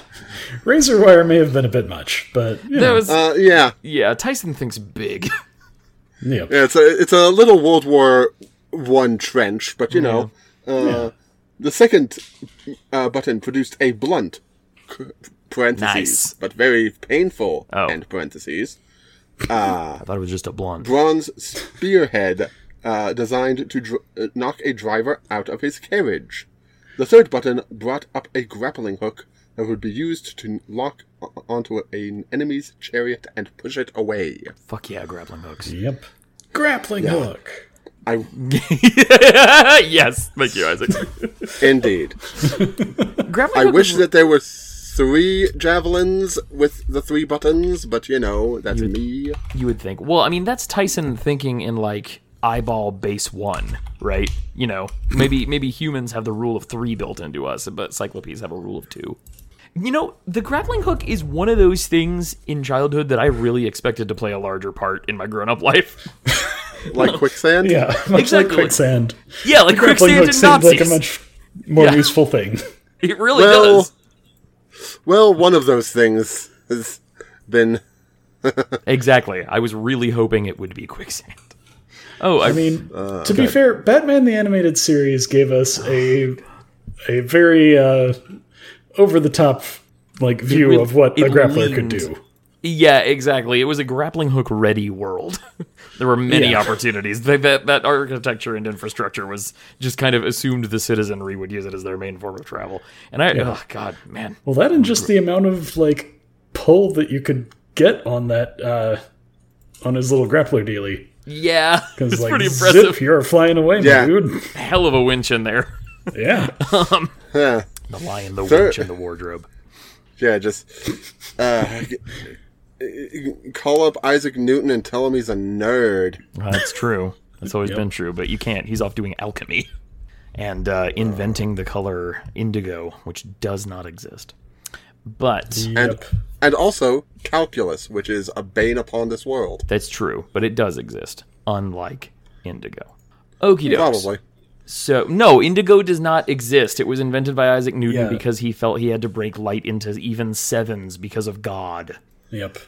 S3: Razor wire may have been a bit much, but you
S2: That
S3: know,
S2: was
S1: uh, yeah,
S2: yeah, Tyson thinks big. [laughs]
S3: yeah.
S1: yeah, it's a it's a little World War One trench, but you know, uh, the second uh, button produced a blunt c- parentheses,
S2: Nice.
S1: but very painful
S2: Oh.
S1: end parentheses
S2: I thought it was just a blunt.
S1: bronze spearhead uh, designed to dr- uh, knock a driver out of his carriage. The third button brought up a grappling hook that would be used to lock o- onto an enemy's chariot and push it away.
S2: Fuck yeah, grappling
S3: [laughs]
S2: hooks.
S3: Yep. Grappling hook.
S1: I
S2: [laughs] yes, thank you, Isaac.
S3: [laughs]
S1: indeed.
S2: grappling
S1: I
S2: hook
S1: wish
S2: is-
S1: that there were three javelins with the three buttons, but you know that's me.
S2: you would think. Well, I mean, that's Tyson thinking in like eyeball base one, right? You know,
S3: [laughs]
S2: maybe maybe humans have the rule of three built into us, but cyclopes have a rule of two. You know, the grappling hook is one of those things in childhood that I really expected to play a larger part in my grown-up life. [laughs]
S1: Like
S3: [laughs]
S1: quicksand.
S3: Yeah. Much
S2: Exactly.
S3: like quicksand.
S2: Yeah, like
S3: Grappling
S2: quicksand
S3: hook
S2: and
S3: seems
S2: Nazis.
S3: like a much more
S2: Yeah.
S3: useful thing.
S2: it really
S1: Well-
S2: does.
S1: Well, one of those things has been
S2: Exactly. I was really hoping it would be quicksand. Oh, I,
S3: I mean, to be fair, Batman the Animated Series gave us
S2: Oh
S3: a a very uh, over the top like view
S2: really-
S3: of what a
S2: it
S3: grappler
S2: leaned-
S3: could do.
S2: Yeah, exactly. It was a grappling hook ready world. [laughs] there were many
S3: Yeah.
S2: opportunities. That, that that architecture and infrastructure was just kind of assumed the citizenry would use it as their main form of travel. And I, oh god, man,
S3: Well, that and just the amount of like pull that you could get on that uh, on his little grappler dealy.
S2: yeah, [laughs] it's
S3: It's like,
S2: pretty
S3: zip,
S2: impressive.
S3: you're flying away,
S1: Yeah.
S3: my dude.
S2: Hell of a winch in there. [laughs]
S3: Yeah,
S1: huh.
S2: The lion, the
S1: Sir-
S2: winch, and the wardrobe.
S1: Yeah, just uh, call up Isaac Newton and tell him he's a nerd.
S2: Uh, [laughs] that's true. That's always been true, but you can't. He's off doing alchemy and uh, inventing the color indigo, which does not exist. But
S1: And and also calculus, which is a bane upon this world.
S2: That's true, but it does exist, unlike indigo. Okie dokes.
S1: Probably.
S2: So, no, indigo does not exist. It was invented by Isaac Newton
S3: Yeah.
S2: because he felt he had to break light into even sevens because of God.
S3: yep.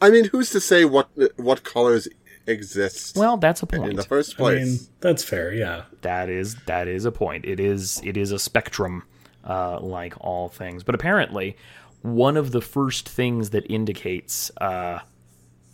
S1: I mean, who's to say what what colors exist
S2: Well, that's a
S1: in
S2: point.
S1: the first
S3: I
S1: place?
S3: mean, that's fair. Yeah,
S2: that is that is a point. It is it is a spectrum, uh, like all things. But apparently, one of the first things that indicates uh,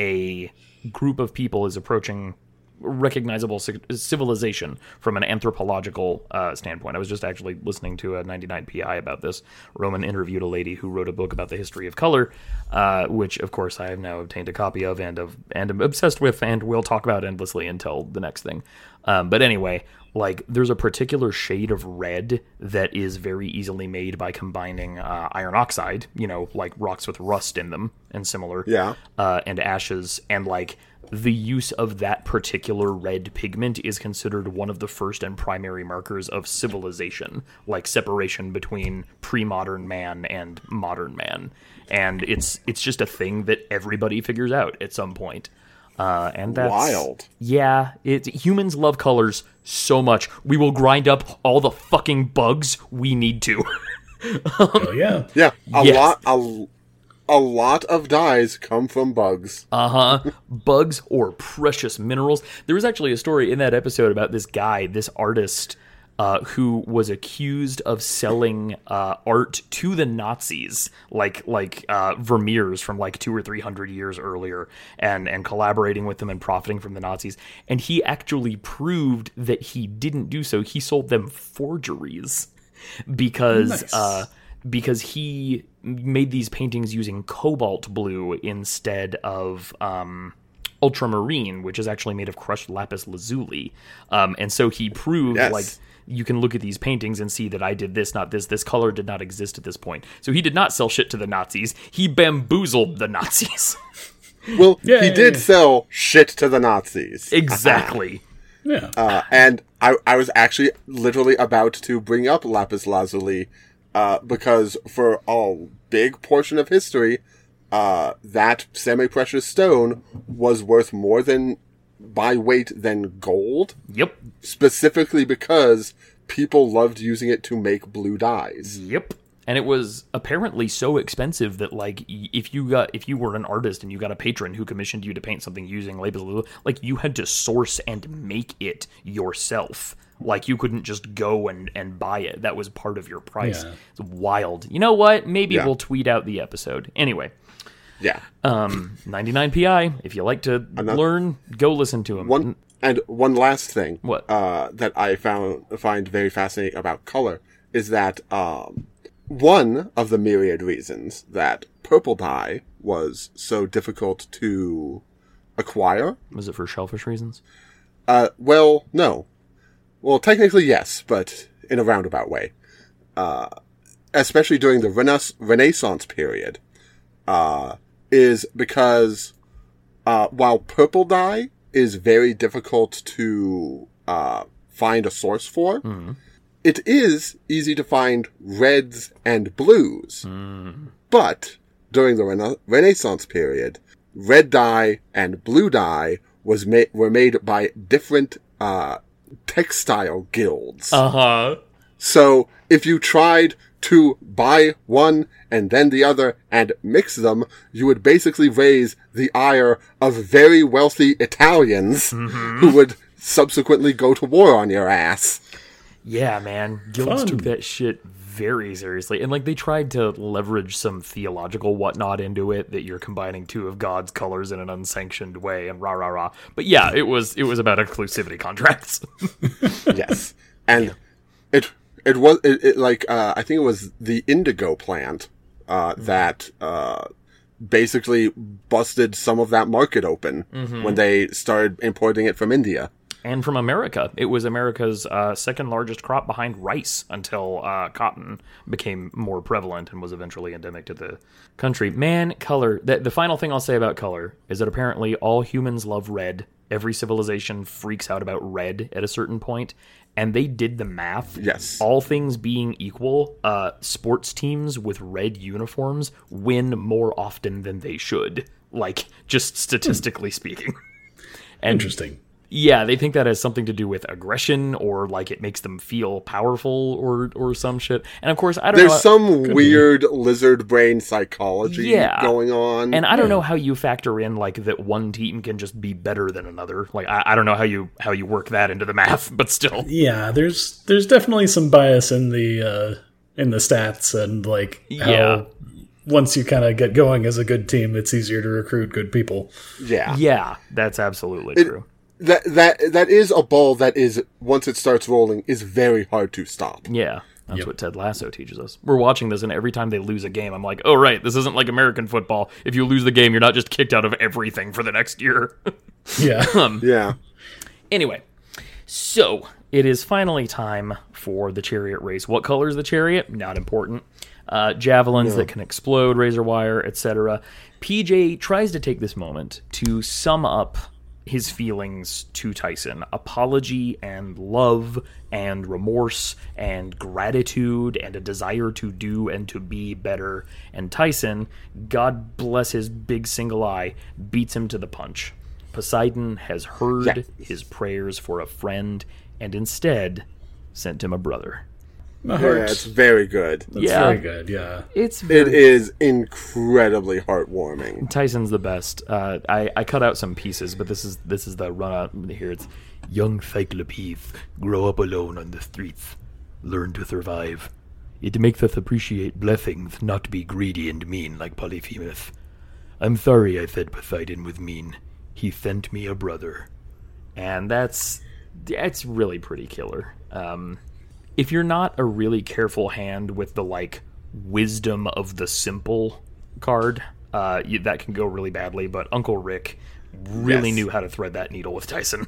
S2: a group of people is approaching recognizable ci- civilization from an anthropological uh, standpoint. I was just actually listening to a 99pi about this. Roman interviewed a lady who wrote a book about the history of color, uh, which of course I have now obtained a copy of and of and am obsessed with and will talk about endlessly until the next thing. Um, but anyway, like there's a particular shade of red that is very easily made by combining uh, iron oxide, you know, like rocks with rust in them and similar
S1: Yeah.
S2: uh, and ashes, and like the use of that particular red pigment is considered one of the first and primary markers of civilization, like separation between pre-modern man and modern man, and it's it's just a thing that everybody figures out at some point. Uh, and that's
S1: Wild.
S2: Yeah, it humans love colors so much. We will grind up all the fucking bugs we need to. [laughs] Um,
S3: oh yeah.
S1: yeah, a
S2: yes.
S1: lot a, a lot of dyes come from bugs.
S2: uh-huh bugs or precious minerals there was actually a story in that episode about this guy this artist uh, who was accused of selling uh, art to the Nazis, like like uh, Vermeers from like two or three hundred years earlier, and and collaborating with them and profiting from the Nazis. And he actually proved that he didn't do so. He sold them forgeries because uh, because he made these paintings using cobalt blue instead of um, ultramarine, which is actually made of crushed lapis lazuli. Um, and so he proved
S1: Yes.
S2: like you can look at these paintings and see that I did this, not this. This color did not exist at this point. So he did not sell shit to the Nazis. He bamboozled the Nazis. [laughs]
S1: Well,
S3: Yay.
S1: he did sell shit to the Nazis.
S2: exactly.
S3: Yeah.
S1: Uh, and I, I was actually literally about to bring up lapis lazuli, uh, because for a big portion of history, uh, that semi-precious stone was worth more than by weight than gold,
S2: Yep.
S1: specifically because people loved using it to make blue dyes.
S2: Yep. And it was apparently so expensive that like y- if you got if you were an artist and you got a patron who commissioned you to paint something using labels like you had to source and make it yourself. Like you couldn't just go and and buy it. That was part of your price.
S3: Yeah.
S2: It's wild. You know what? Maybe
S1: Yeah.
S2: we'll tweet out the episode. Anyway, um,
S1: Yeah.
S2: [clears throat] 99pi if you like to learn, go listen to him.
S1: One and one last thing.
S2: What?
S1: uh, that I found find very fascinating about color is that um, one of the myriad reasons that purple dye was so difficult to acquire.
S2: was it for shellfish reasons?
S1: Uh, well, no. Well, technically yes, but in a roundabout way. Uh, especially during the Renas- Renaissance period, uh, is because uh, while purple dye is very difficult to uh, find a source for, it is easy to find reds and blues. But during the rena- Renaissance period, red dye and blue dye was ma- were made by different uh, textile guilds.
S2: Uh huh.
S1: So if you tried to buy one and then the other and mix them, you would basically raise the ire of very wealthy Italians who would subsequently go to war on your ass.
S2: Yeah, man. Guilds
S3: Fun.
S2: took that shit very seriously. And like they tried to leverage some theological whatnot into it that you're combining two of God's colors in an unsanctioned way and rah rah rah. But yeah, it was it was about exclusivity contracts. [laughs]
S1: yes, and it it was it, it like uh, I think it was the indigo plant uh, that uh, basically busted some of that market open when they started importing it from India.
S2: and from America. It was America's uh, second largest crop behind rice until uh, cotton became more prevalent and was eventually endemic to the country. Man, color. The, the final thing I'll say about color is that apparently all humans love red. Every civilization freaks out about red at a certain point, and they did the math.
S1: Yes.
S2: All things being equal, uh, sports teams with red uniforms win more often than they should. Like, just statistically speaking. [laughs] And
S3: Interesting.
S2: yeah, they think that has something to do with aggression or like it makes them feel powerful or or some shit. And of course, I don't
S1: There's
S2: know.
S1: some weird lizard brain psychology
S2: Yeah.
S1: going on.
S2: and I don't know how you factor in like that one team can just be better than another. Like I, I don't know how you how you work that into the math, [laughs] but still.
S3: Yeah, there's there's definitely some bias in the uh, in the stats and like how
S2: Yeah.
S3: once you kind of get going as a good team, it's easier to recruit
S2: [laughs]
S3: good people.
S1: yeah.
S2: Yeah, that's absolutely true.
S1: That that that is a ball that is once it starts rolling is very hard to stop.
S2: Yeah. That's what Ted Lasso teaches us. We're watching this, and every time they lose a game, I'm like, oh, right, this isn't like American football. If you lose the game, you're not just kicked out of everything for the next year. [laughs]
S3: Yeah.
S1: Yeah.
S2: Anyway, so it is finally time for the chariot race. What color is the chariot? Not important. Uh, javelins that can explode, razor wire, etc. PJ tries to take this moment to sum up his feelings to Tyson apology and love and remorse and gratitude and a desire to do and to be better. And Tyson, God bless his big single eye, beats him to the punch. Poseidon has heard his prayers for a friend and instead sent him a brother.
S3: My
S1: Yeah, it's very good.
S3: That's
S2: Yeah.
S3: very good. Yeah.
S2: It's
S1: It is incredibly heartwarming.
S2: Tyson's the best. Uh, I I cut out some pieces, but this is this is the run out here. It's young cyclopes grow up alone on the streets, learn to survive. It makes us appreciate blessings, not be greedy and mean like Polyphemus. I'm sorry I said Poseidon was mean. He sent me a brother. And that's that's really pretty killer. Um, if you're not a really careful hand with the like wisdom of the simple card, uh, you, that can go really badly. But Uncle Rick really
S1: Yes.
S2: knew how to thread that needle with Tyson.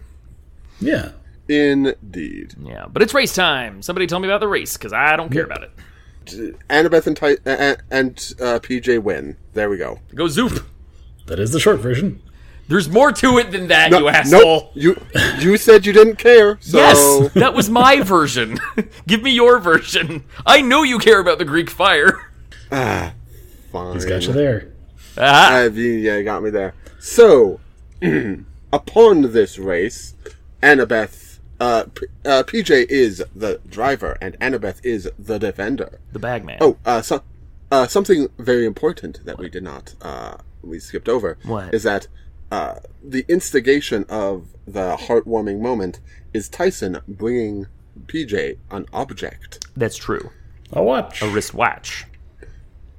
S3: Yeah.
S1: Indeed.
S2: Yeah, but it's race time. Somebody tell me about the race because I don't care about it.
S1: Annabeth and, Ty- uh, and uh, PJ win. There we go.
S2: Go zoop.
S3: That is the short version.
S2: There's more to it than that, you asshole.
S1: Nope. You you said you didn't care. So
S2: Yes, [laughs] that was my version. [laughs] Give me your version. I know you care about the Greek fire.
S1: Ah, fine.
S3: He's got you there.
S1: Uh, you- yeah, you got me there. So, [clears throat] upon this race, Annabeth, uh, P- uh, PJ is the driver and Annabeth is the defender.
S2: The bagman.
S1: Oh, uh, so, uh, something very important that we did not, uh, we skipped over.
S2: What?
S1: Is that, uh, the instigation of the heartwarming moment is Tyson bringing PJ an object.
S2: that's true.
S3: I'll watch.
S2: Wristwatch.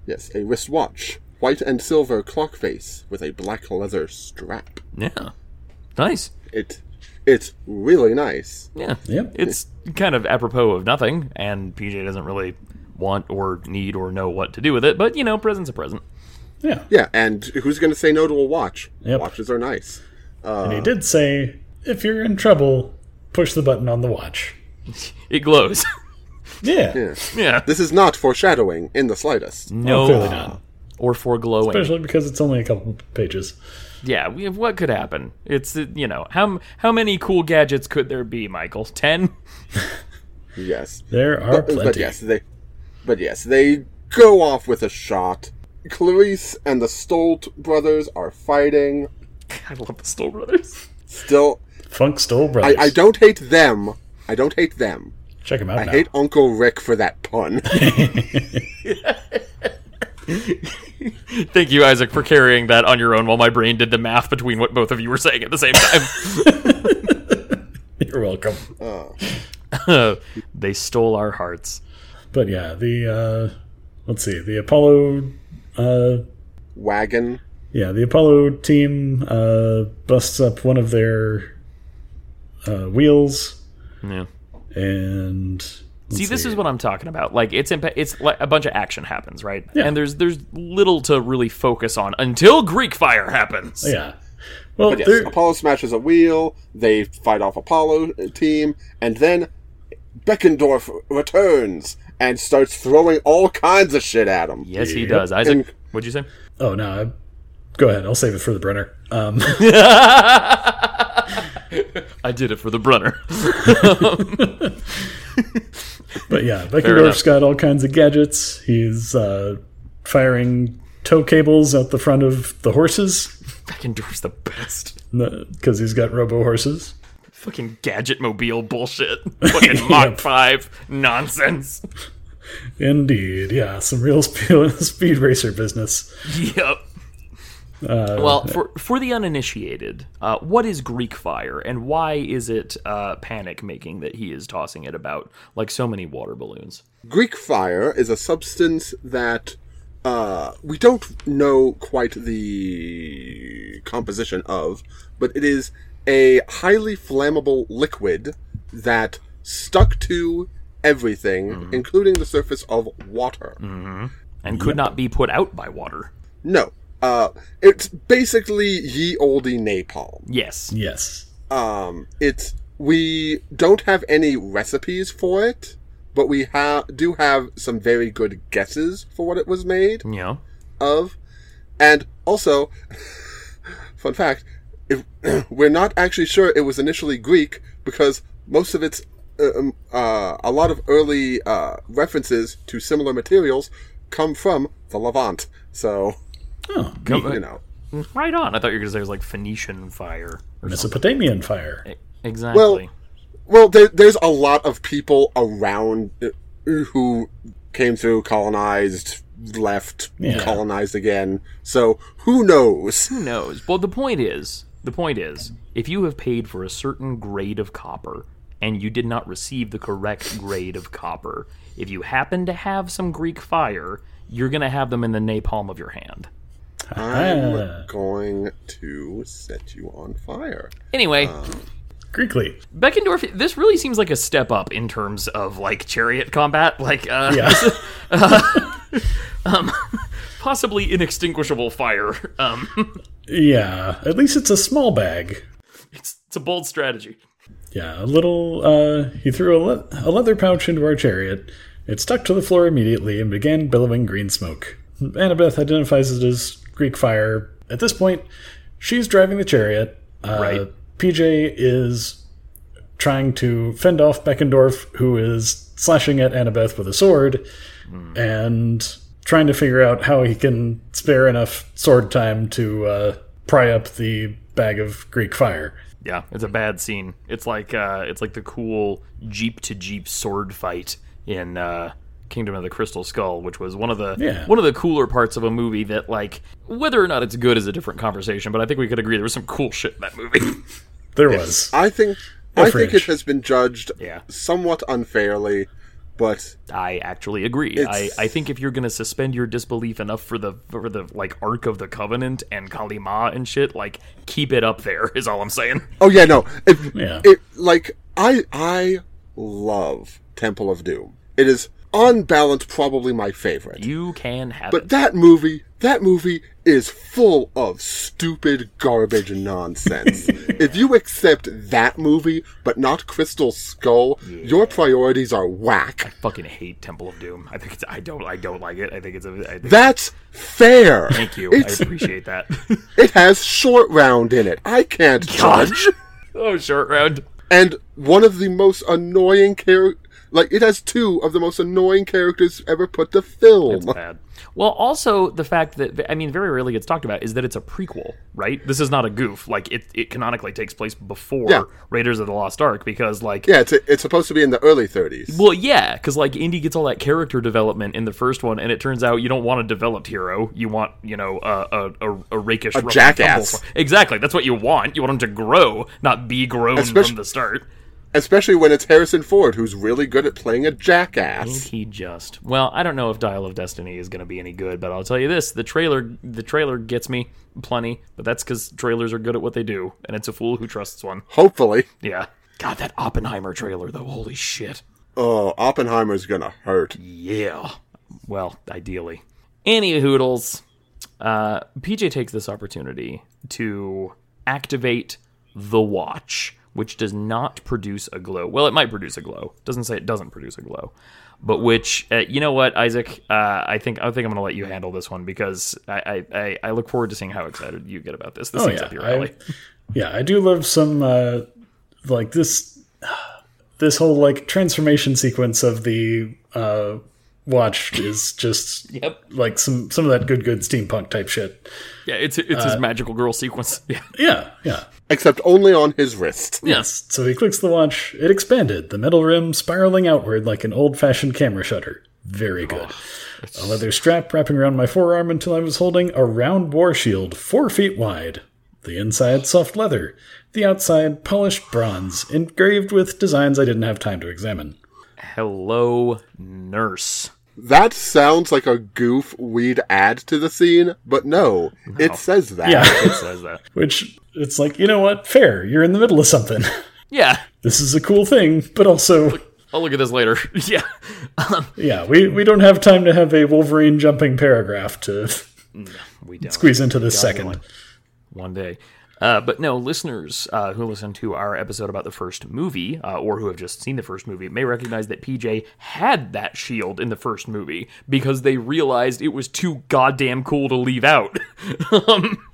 S1: Yes, a wristwatch. White and silver clock face with a black leather strap.
S2: Yeah. Nice.
S1: It, it's really nice.
S2: Yeah.
S3: Yep.
S2: It's kind of apropos of nothing, and PJ doesn't really want or need or know what to do with it, but you know, present's a present.
S3: yeah.
S1: Yeah, and who's going to say no to a watch?
S3: Yep.
S1: Watches are nice.
S3: And he did say, if you're in trouble, push the button on the watch.
S2: It glows. [laughs]
S3: Yeah.
S2: yeah.
S1: This is not foreshadowing in the slightest.
S2: No.
S3: No. Clearly not.
S2: Or for glowing.
S3: Especially because it's only a couple pages.
S2: Yeah, we have, what could happen? It's uh, you know how m- how many cool gadgets could there be, Michael? [laughs] Ten?
S1: Yes.
S3: There are plenty.
S1: But yes, they, but yes, they go off with a shot. Clarice and the Stolt brothers are fighting.
S2: I love the Stoll Brothers.
S1: Still,
S3: Funk Stoll
S1: I,
S3: Brothers.
S1: I don't hate them. I don't hate them.
S3: Check him out
S1: I
S3: now.
S1: hate Uncle Rick for that pun.
S2: Thank you, Isaac, for carrying that on your own while my brain did the math between what both of you were saying at the same time.
S3: [laughs] You're welcome.
S2: [laughs] they stole our hearts.
S3: But yeah, the uh let's see, the Apollo uh
S1: Wagon.
S3: yeah, the Apollo team uh busts up one of their uh wheels
S2: Yeah.
S3: and let's
S2: See, this is what I'm talking about. Like it's impa- it's like a bunch of action happens, right?
S3: Yeah.
S2: And there's there's little to really focus on until Greek fire happens.
S3: Yeah. Well,
S1: But yes,
S3: there-
S1: Apollo smashes a wheel. They fight off Apollo uh, team, and then Beckendorf returns and starts throwing all kinds of shit at him.
S2: Yes, he does. Isaac,
S1: And-
S2: what'd you say?
S3: oh no, I, go ahead. I'll save it for the Brenner. Um, [laughs]
S2: I did it for the [laughs] Brunner.
S3: but yeah, Beckendorf's got all kinds of gadgets. He's uh, firing tow cables out the front of the horses
S2: Beckendorf's the best.
S3: because he's got robo horses.
S2: Fucking gadget mobile bullshit. Fucking Mach 5 nonsense.
S3: Indeed, yeah, some real [laughs] spe- speed racer business.
S2: Yep. well, for for the uninitiated, uh, what is Greek fire, and why is it uh, panic making that he is tossing it about like so many water balloons?
S1: Greek fire is a substance that uh, we don't know quite the composition of, but it is a highly flammable liquid that stuck to everything, including the surface of water.
S2: And could not be put out by water.
S1: No. Uh, it's basically ye olde napalm.
S2: Yes.
S3: Yes,
S1: Um, it's we don't have any recipes for it, but we ha- do have some very good guesses for what it was made.
S2: You know.
S1: of. And also, [laughs] fun fact, if, [clears throat] we're not actually sure it was initially Greek because most of its, uh, um, uh, a lot of early uh, references to similar materials come from the Levant. So,
S3: Oh,
S1: you know,
S2: Right on. I thought you were going to say it was like Phoenician fire. E,
S3: Mesopotamian
S2: Eh.
S3: fire.
S2: Exactly.
S1: well, there, there's a lot of people around uh, who came through, colonized, left,
S3: Yeah.
S1: colonized again. So who knows?
S2: Who knows? Well, the point is, the point is, if you have paid for a certain grade of copper and you did not receive the correct grade of copper, if you happen to have some Greek fire, you're going to have them in the napalm of your hand.
S3: Ah.
S1: I'm going to set you on fire.
S2: Anyway,
S3: Greekly.
S2: Beckendorf, this really seems like a step up in terms of like chariot combat, like uh, [laughs] um,
S3: Yeah.
S2: possibly inextinguishable fire. Um,
S3: yeah. At least it's a small bag.
S2: it's, it's a bold strategy.
S3: Yeah, a little. Uh, he threw a, le- a leather pouch into our chariot. It stuck to the floor immediately and began billowing green smoke. Annabeth identifies it as Greek fire. At this point, she's driving the chariot. Uh,
S2: Right.
S3: PJ is trying to fend off Beckendorf, who is slashing at Annabeth with a sword, and trying to figure out how he can spare enough sword time to uh, pry up the bag of Greek fire.
S2: Yeah, it's a bad scene. It's like uh, it's like the cool jeep to jeep sword fight in uh, Kingdom of the Crystal Skull, which was one of the
S3: Yeah.
S2: one of the cooler parts of a movie. That like whether or not it's good is a different conversation, but I think we could agree there was some cool shit in that movie. [laughs]
S3: There was.
S1: I think I think it
S3: French.
S1: has been judged
S2: Yeah.
S1: somewhat unfairly, but
S2: I actually agree. I, I think if you're gonna suspend your disbelief enough for the for the like Ark of the Covenant and Kalima and shit, like keep it up there is all I'm saying.
S1: oh yeah, no, it,
S3: Yeah.
S1: it like I I love Temple of Doom. It is on balance probably my favorite.
S2: You can have
S1: But
S2: it.
S1: that movie, that movie is full of stupid garbage and
S2: [laughs]
S1: nonsense. if you accept that movie, but not Crystal Skull, your priorities are whack.
S2: Fucking hate Temple of Doom. I think it's I don't I don't like it. I think it's a I think
S1: That's fair.
S2: Thank you.
S1: It's,
S2: I
S1: [laughs]
S2: appreciate that.
S1: it has short round in it. I can't judge.
S2: oh, short round.
S1: And one of the most annoying characters. Like it has two of the most annoying characters ever put to film.
S2: Bad. Well, also the fact that I mean, very rarely gets talked about is that it's a prequel, right? This is not a goof. Like it, it canonically takes place before
S1: Yeah.
S2: Raiders of the Lost Ark because, like,
S1: Yeah, it's, it's supposed to be in the early 30s.
S2: well, yeah, because like Indy gets all that character development in the first one, and it turns out you don't want a developed hero. You want you know a a, a, a rakish rumble-
S1: jackass.
S2: tumble- Exactly. That's what you want. You want him to grow, not be grown
S1: Especially-
S2: from the start.
S1: Especially when it's Harrison Ford, who's really good at playing a jackass.
S2: He just well, I don't know if Dial of Destiny is going to be any good, but I'll tell you this: the trailer, the trailer gets me plenty, but that's because trailers are good at what they do, and it's a fool who trusts one.
S1: Hopefully.
S2: Yeah, God, that Oppenheimer trailer though, holy shit!
S1: Oh, Oppenheimer's gonna hurt.
S2: Yeah, well, ideally, any hoodles. Uh, PJ takes this opportunity to activate the watch, which does not produce a glow. Well, it might produce a glow. Doesn't say it doesn't produce a glow, but which uh, you know what, Isaac? Uh, I think I think I'm going to let you handle this one because I, I I I look forward to seeing how excited you get about this. This
S3: Oh,
S2: seems
S3: yeah,
S2: up your
S3: I-
S2: alley.
S3: yeah i do love some uh like this [sighs] this whole like transformation sequence of the uh watch is just
S2: Yep.
S3: like some some of that good good steampunk type shit
S2: Yeah, it's it's
S3: uh,
S2: his magical girl sequence. [laughs] Yeah,
S3: yeah yeah
S1: Except only on his wrist.
S2: yes.
S3: so he clicks the watch it expanded the metal rim spiraling outward like an old-fashioned camera shutter very good
S2: Oh,
S3: a leather strap wrapping around my forearm until i was holding a round war shield four feet wide the inside soft leather the outside polished bronze engraved with designs i didn't have time to examine
S2: Hello, nurse.
S1: That sounds like a goof we'd add to the scene, but no, it says that.
S3: Yeah. [laughs]
S2: It says that.
S3: Which it's like, you know what? Fair. You're in the middle of something. [laughs]
S2: Yeah,
S3: this is a cool thing, but also,
S2: I'll look at this later. [laughs] yeah.
S3: yeah, we, we don't have time to have a Wolverine jumping paragraph to
S2: Mm,
S3: [laughs]
S2: We don't.
S3: squeeze into this second.
S2: One day. Uh, but no, listeners uh, who listen to our episode about the first movie uh, or who have just seen the first movie may recognize that PJ had that shield in the first movie because they realized it was too goddamn cool to leave out.
S1: [laughs]
S2: [laughs] Um,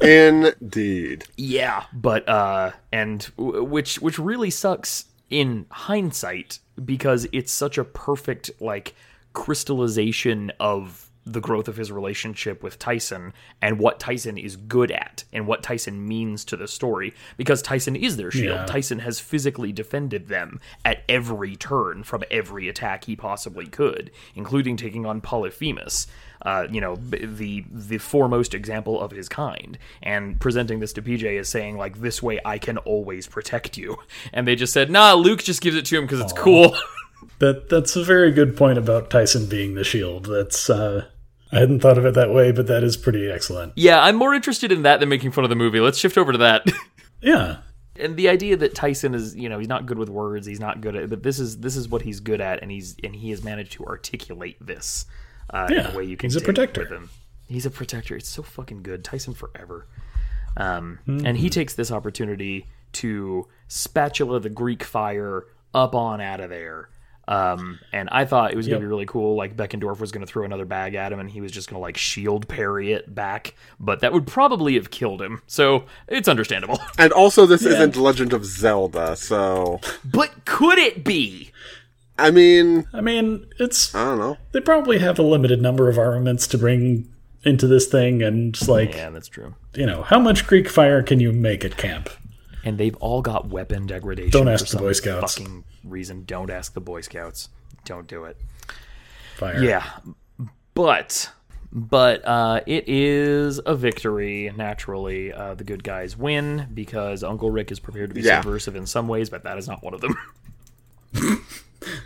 S1: Indeed.
S2: Yeah, but uh, and w- which which really sucks in hindsight because it's such a perfect like crystallization of the growth of his relationship with Tyson and what Tyson is good at and what Tyson means to the story because Tyson is their shield.
S3: Yeah.
S2: Tyson has physically defended them at every turn from every attack he possibly could, including taking on Polyphemus, uh, you know, b- the the foremost example of his kind, and presenting this to PJ as saying like, "This way, I can always protect you." [laughs] And they just said, "Nah, Luke just gives it to him because it's cool." [laughs]
S3: That that's a very good point about Tyson being the shield. That's uh, I hadn't thought of it that way, but that is pretty excellent.
S2: yeah, I'm more interested in that than making fun of the movie. Let's shift over to that. [laughs]
S3: Yeah,
S2: and the idea that Tyson is, you know, he's not good with words, he's not good at, but this is this is what he's good at, and he's and he has managed to articulate this uh, in
S3: Yeah,
S2: a way you can.
S3: he's a
S2: dig with
S3: protector.
S2: him. He's a protector. It's so fucking good, Tyson forever. Um,
S3: Hmm.
S2: And he takes this opportunity to spatula the Greek fire up on out of there. Um, and I thought it was gonna be really cool. Like Beckendorf was gonna throw another bag at him, and he was just gonna like shield parry it back. But that would probably have killed him. So it's understandable. [laughs]
S1: And also, this isn't Legend of Zelda, so
S2: but could it be?
S1: I mean,
S3: I mean it's
S1: I don't know.
S3: they probably have a limited number of armaments to bring into this thing, and it's like
S2: Yeah, that's true.
S3: you know, how much Greek fire can you make at camp?
S2: And they've all got weapon degradation.
S3: Don't ask
S2: for
S3: the
S2: some
S3: Boy Scouts.
S2: Fucking reason. Don't ask the Boy Scouts. Don't do it.
S3: Fire.
S2: Yeah, but but uh, it is a victory. Naturally, uh, the good guys win because Uncle Rick is prepared to be
S1: Yeah.
S2: subversive in some ways, but that is not one of them. [laughs]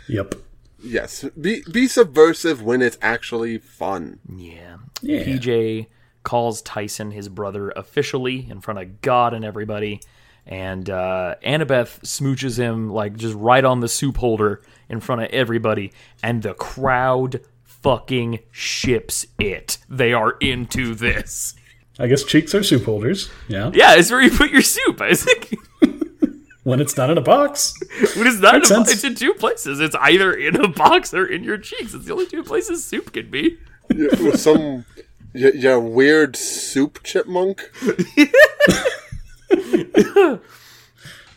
S3: Yep.
S1: Yes, be be subversive when it's actually fun.
S2: yeah.
S3: Yeah.
S2: PJ calls Tyson his brother officially in front of God and everybody. And uh, Annabeth smooches him like just right on the soup holder in front of everybody, and the crowd fucking ships it. They are into this.
S3: I guess cheeks are soup holders. Yeah.
S2: Yeah, it's where you put your soup, [laughs] Isaac.
S3: When it's not in a box.
S2: It is not in a,
S3: Makes
S2: bo-
S3: sense.
S2: it's in two places. It's either in a box or in your cheeks. It's the only two places soup can be.
S1: Yeah, with some yeah, yeah weird soup chipmunk.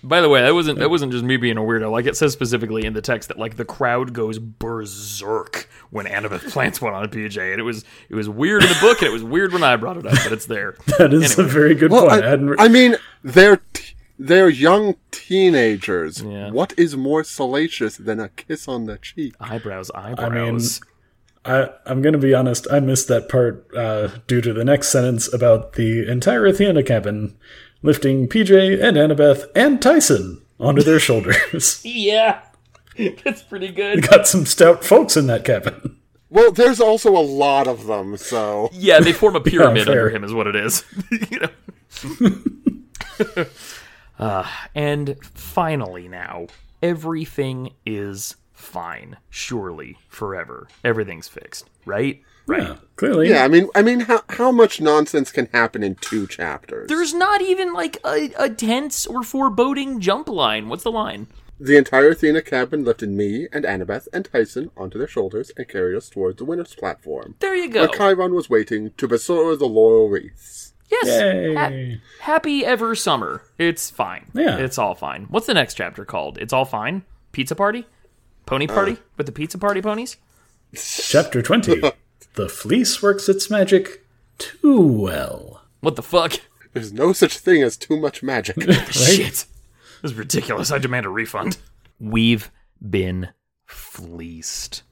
S2: By the way, that wasn't that wasn't just me being a weirdo. Like it says specifically in the text that like the crowd goes berserk when Annabeth [laughs] plants one on a PJ, and it was it was weird in the book, and it was weird when I brought it up, but it's
S3: [laughs]
S2: there.
S3: That
S2: [laughs]
S3: is a very good
S1: Well,
S3: point. I,
S1: I,
S3: hadn't re-
S1: I mean, they're t- they're young teenagers.
S2: Yeah.
S1: What is more salacious than a kiss on the cheek?
S2: Eyebrows, eyebrows.
S3: I, I'm going to be honest. I missed that part uh, due to the next sentence about the entire Athena cabin lifting PJ and Annabeth and Tyson onto their shoulders. [laughs]
S2: yeah, [laughs] that's pretty good.
S3: Got some stout folks in that cabin. [laughs]
S1: Well, there's also a lot of them, so
S2: Yeah, they
S3: [laughs]
S2: form a pyramid
S3: fair.
S2: under him, is what it is. [laughs] you know.
S3: [laughs]
S2: uh, and finally, now everything is fine. Surely, forever, everything's fixed, right? Right.
S3: Yeah, clearly.
S1: yeah. I mean, I mean, how how much nonsense can happen in two chapters?
S2: There's not even like a, a tense or foreboding jump line. What's the line?
S1: The entire Athena cabin lifted me and Annabeth and Tyson onto their shoulders and carried us towards the winner's platform,
S2: There you
S1: where
S2: go.
S1: Chiron was waiting to bestow the laurel wreaths.
S2: Yes.
S3: Yay.
S2: happy ever summer. It's fine.
S3: Yeah.
S2: It's all fine. What's the next chapter called? It's all fine. Pizza party? Pony party?
S3: Uh.
S2: With the pizza party ponies?
S3: Chapter 20 The Fleece Works Its Magic Too Well.
S2: What the fuck?
S1: [laughs] There's no such thing as too much magic. [laughs]
S2: Shit. This is ridiculous. I demand a refund. We've been fleeced.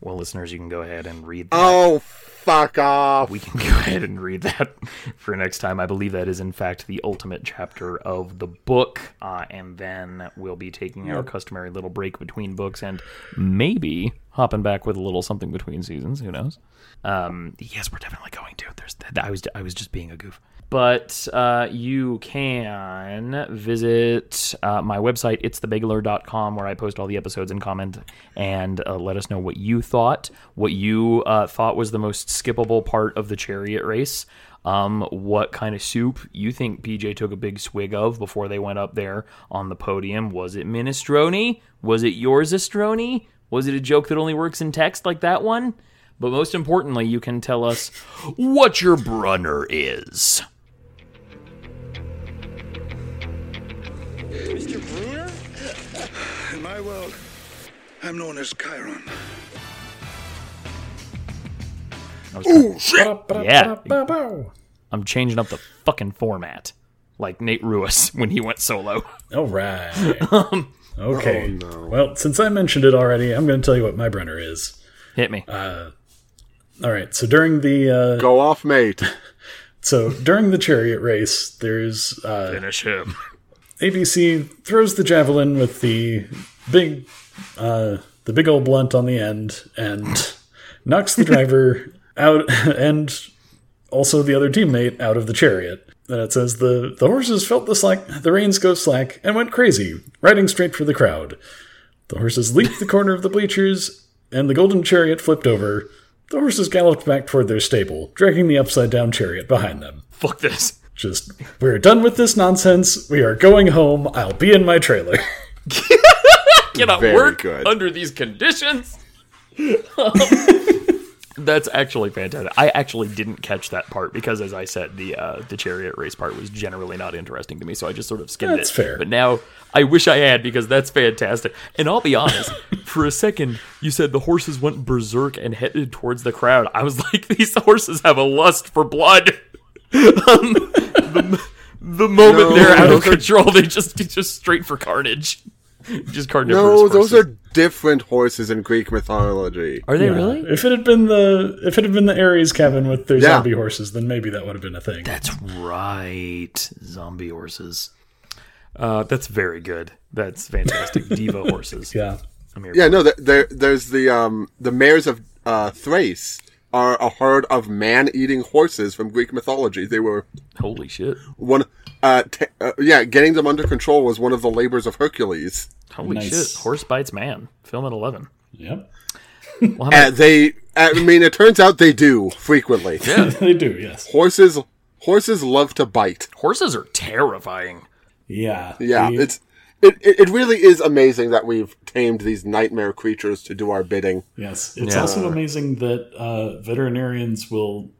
S2: Well, listeners, you can go ahead and read that.
S1: oh, fuck off.
S2: we can [laughs] go ahead and read that for next time. I believe that is, in fact, the ultimate chapter of the book. Uh, and then we'll be taking our customary little break between books and maybe hopping back with a little something between seasons. Who knows? Um, yes, we're definitely going to. There's I was I was just being a goof. But uh, you can visit uh, my website, itsthebageler.com, where I post all the episodes and comment and uh, let us know what you thought, what you uh, thought was the most skippable part of the chariot race, um, what kind of soup you think PJ took a big swig of before they went up there on the podium. Was it minestrone? Was it yours, Astroni? Was it a joke that only works in text like that one? But most importantly, you can tell us [laughs] what your brunner is.
S6: In my world, I'm known as Chiron.
S2: I was trying- Yeah.
S3: Ba-ba-ba-ba-bow.
S2: I'm changing up the fucking format, like Nate Ruiz [laughs] when he went solo.
S3: All right.
S2: [laughs] Um,
S3: okay. Well, since I mentioned it already, I'm going to tell you what my Brenner is.
S2: Hit me.
S3: All right. So during the uh,
S1: Go off, mate.
S3: so during the chariot race, there's uh,
S2: Finish him.
S3: ABC throws the javelin with the big uh, the big old blunt on the end and knocks the driver out and also the other teammate out of the chariot. Then it says the the horses felt the slack, the reins go slack, and went crazy, riding straight for the crowd. The horses leaped the corner of the bleachers, and the golden chariot flipped over. The horses galloped back toward their stable, dragging the upside down chariot behind them
S2: Fuck this.
S3: just we're done with this nonsense. We are going home. I'll be in my trailer. [laughs]
S2: Cannot
S1: Very
S2: work
S1: good.
S2: under
S1: [laughs]
S2: these conditions. That's actually fantastic. I actually didn't catch that part because, as I said, the uh, the chariot race part was generally not interesting to me, so I just sort of skimmed
S3: That's
S2: it.
S3: fair.
S2: But now I wish I had because that's fantastic. And I'll be honest, [laughs] for a second you said the horses went berserk and headed towards the crowd. I was [laughs] like, these horses have a lust for blood. [laughs] um, the, the moment
S1: No,
S2: they're out
S1: [laughs]
S2: of
S1: those are-
S2: control, they just just straight for carnage. Just carnivorous.
S1: No, those
S2: horses.
S1: are different horses in Greek mythology.
S2: Are they really?
S3: if it had been the if it had been the Aries cabin with their
S1: Yeah.
S3: zombie horses, then maybe that would have been a thing.
S2: That's right. Zombie horses. Uh, that's very good. That's fantastic. Diva horses.
S3: yeah.
S1: Yeah, no, there- there, there's the um, the mares of uh, Thrace are a herd of man-eating horses from Greek mythology. They were
S2: Holy shit.
S1: one, uh, t- uh, yeah, getting them under control was one of the labors of Hercules.
S2: Holy
S3: Nice.
S2: shit. Horse bites man. Film at 11.
S3: Yep.
S2: Well, how
S1: Uh,
S2: about,
S1: they, I mean, it turns out they do frequently.
S3: [laughs] they do, yes.
S1: Horses, horses love to bite.
S2: horses are terrifying.
S3: Yeah.
S1: Yeah,
S3: The-
S1: it's it, it, it really is amazing that we've tamed these nightmare creatures to do our bidding.
S3: yes. It's
S2: Yeah.
S3: also amazing that uh, veterinarians will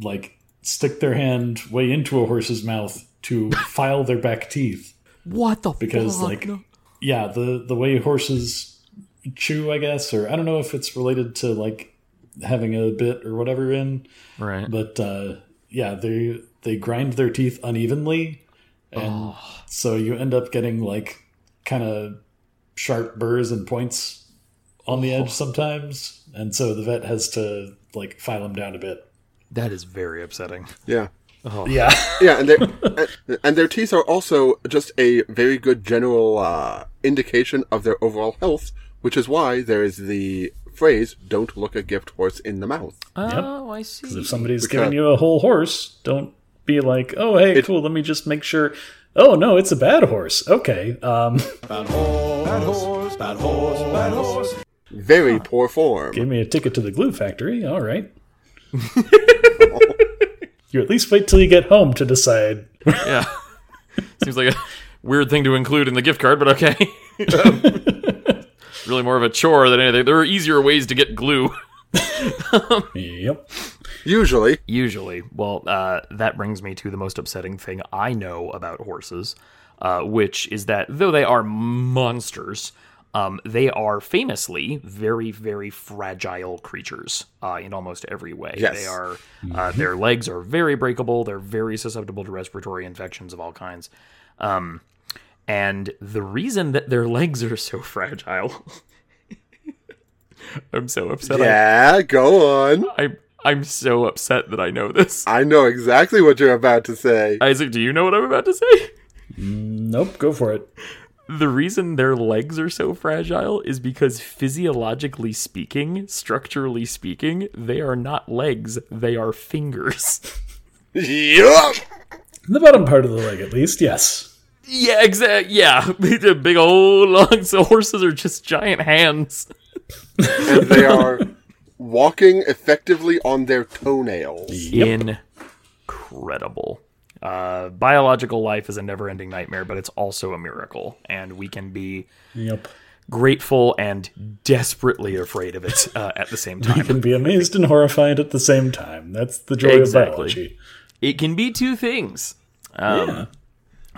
S3: like stick their hand way into a horse's mouth to [laughs] file their back teeth
S2: What the
S3: because like yeah the the way horses chew i guess or i don't know if it's related to like having a bit or whatever in
S2: Right.
S3: but uh yeah they they grind their teeth unevenly and so you end up getting like kind of sharp burrs and points on the edge sometimes and so the vet has to like file them down a bit
S2: That is very upsetting.
S1: Yeah.
S3: yeah
S1: [laughs] Yeah, and their and- and their teeth are also just a very good general uh, indication of their overall health, which is why there is the phrase "Don't look a gift horse in the mouth."
S2: Oh, I see.
S3: if somebody's
S1: Because-
S3: giving you a whole horse, don't be like, "Oh, hey, cool. Let me just make sure." Oh no, it's a bad horse. Okay, um, [laughs]
S1: Very poor form.
S3: give me a ticket to the glue factory. All right. [laughs] you at least wait till you get home to decide.
S2: Yeah. Seems like a [laughs] weird thing to include in the gift card, but okay. [laughs] really more of a chore than anything. There are easier ways to get glue.
S3: Yep.
S1: Usually,
S2: Usually. Well, uh, that brings me to the most upsetting thing I know about horses, uh, which is that though they are monsters, um, they are famously very, very fragile creatures uh, in almost every way.
S1: Yes.
S2: They are. Uh, their legs are very breakable. They're very susceptible to respiratory infections of all kinds. Um, and the reason that their [laughs] legs are so fragile, [laughs] I'm so upset. I-
S1: yeah. Go on.
S2: I'm I'm so upset that I know this.
S1: I know exactly what you're about to say.
S2: Isaac, do you know what I'm about to say?
S3: Nope. Go for it.
S2: The reason their legs are so fragile is because physiologically speaking, structurally speaking, they are not legs, they are fingers. [laughs]
S1: Yuck.
S3: The bottom part of the leg, at least. Yes.
S2: yeah, exactly. Yeah, [laughs] the big old long so horses are just giant hands.
S1: and they are walking effectively on their toenails.
S2: Incredible. Uh, biological life is a never-ending nightmare, but it's also a miracle, and we can be
S3: Yep.
S2: grateful and desperately afraid of it uh, at the same time.
S3: Can be amazed and horrified at the same time. That's the joy
S2: Exactly.
S3: of biology.
S2: it can be two things. Um,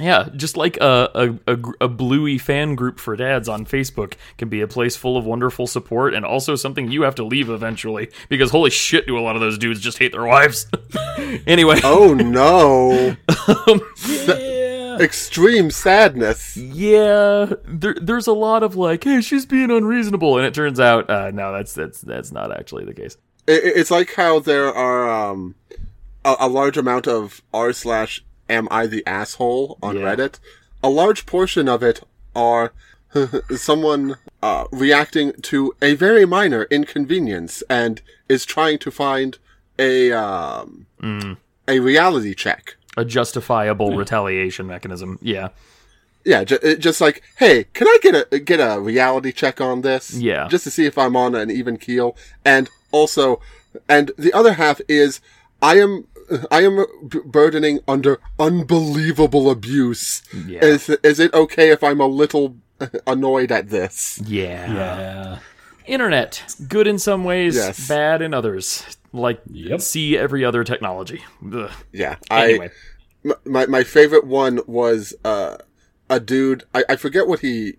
S2: Yeah, just like a, a, a, gr- a bluey fan group for dads on Facebook can be a place full of wonderful support and also something you have to leave eventually because holy shit, do a lot of those dudes just hate their wives. [laughs] anyway,
S1: Oh no! Sa- extreme sadness.
S2: yeah, there, there's a lot of like, hey, she's being unreasonable, and it turns out, uh, no, that's that's that's not actually the case.
S1: I- I- it's like how there are um, a, a large amount of r slash am I the asshole on Reddit. A large portion of it are [laughs] someone uh, reacting to a very minor inconvenience and is trying to find a um, a reality check.
S2: A justifiable retaliation mechanism. Yeah,
S1: Yeah, ju- it- just like, hey, can I get a get a reality check on this?
S2: Yeah.
S1: just to see if I'm on an even keel. And also, and the other half is, I am I am b- burdening under unbelievable abuse.
S2: Yeah.
S1: Is is it okay if I'm a little [laughs] annoyed at this?
S2: yeah,
S3: Yeah.
S2: Internet, good in some ways,
S1: Yes.
S2: bad in others. Like
S3: Yep.
S2: see every other technology. Ugh.
S1: Yeah,
S2: Anyway.
S1: I m- my my favorite one was uh, a dude. I, I forget what he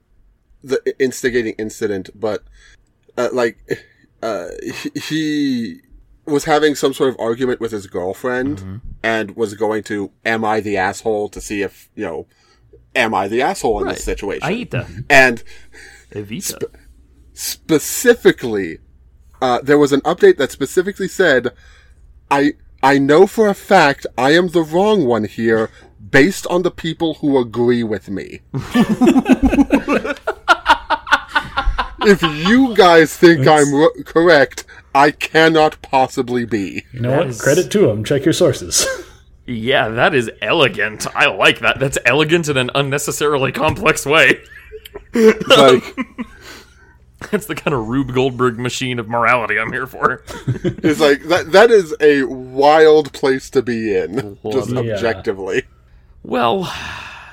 S1: the instigating incident, but uh, like uh, he, he was having some sort of argument with his girlfriend and was going to am I the asshole to see if you know am I the asshole in this situation
S2: Aita.
S1: and
S2: Evita.
S1: specifically, uh, there was an update that specifically said, "I I know for a fact I am the wrong one here, based on the people who agree with me." [laughs] if you guys think I'm r- correct, I cannot possibly be.
S3: You know what? Credit to them. Check your sources. [laughs]
S2: yeah, that is elegant. I like that. That's elegant in an unnecessarily complex way. [laughs]
S1: Like
S2: That's the kind of Rube Goldberg machine of morality I'm here for.
S1: it's like that. That is a wild place to be in, just
S3: it. Yeah.
S1: objectively.
S2: Well, [sighs]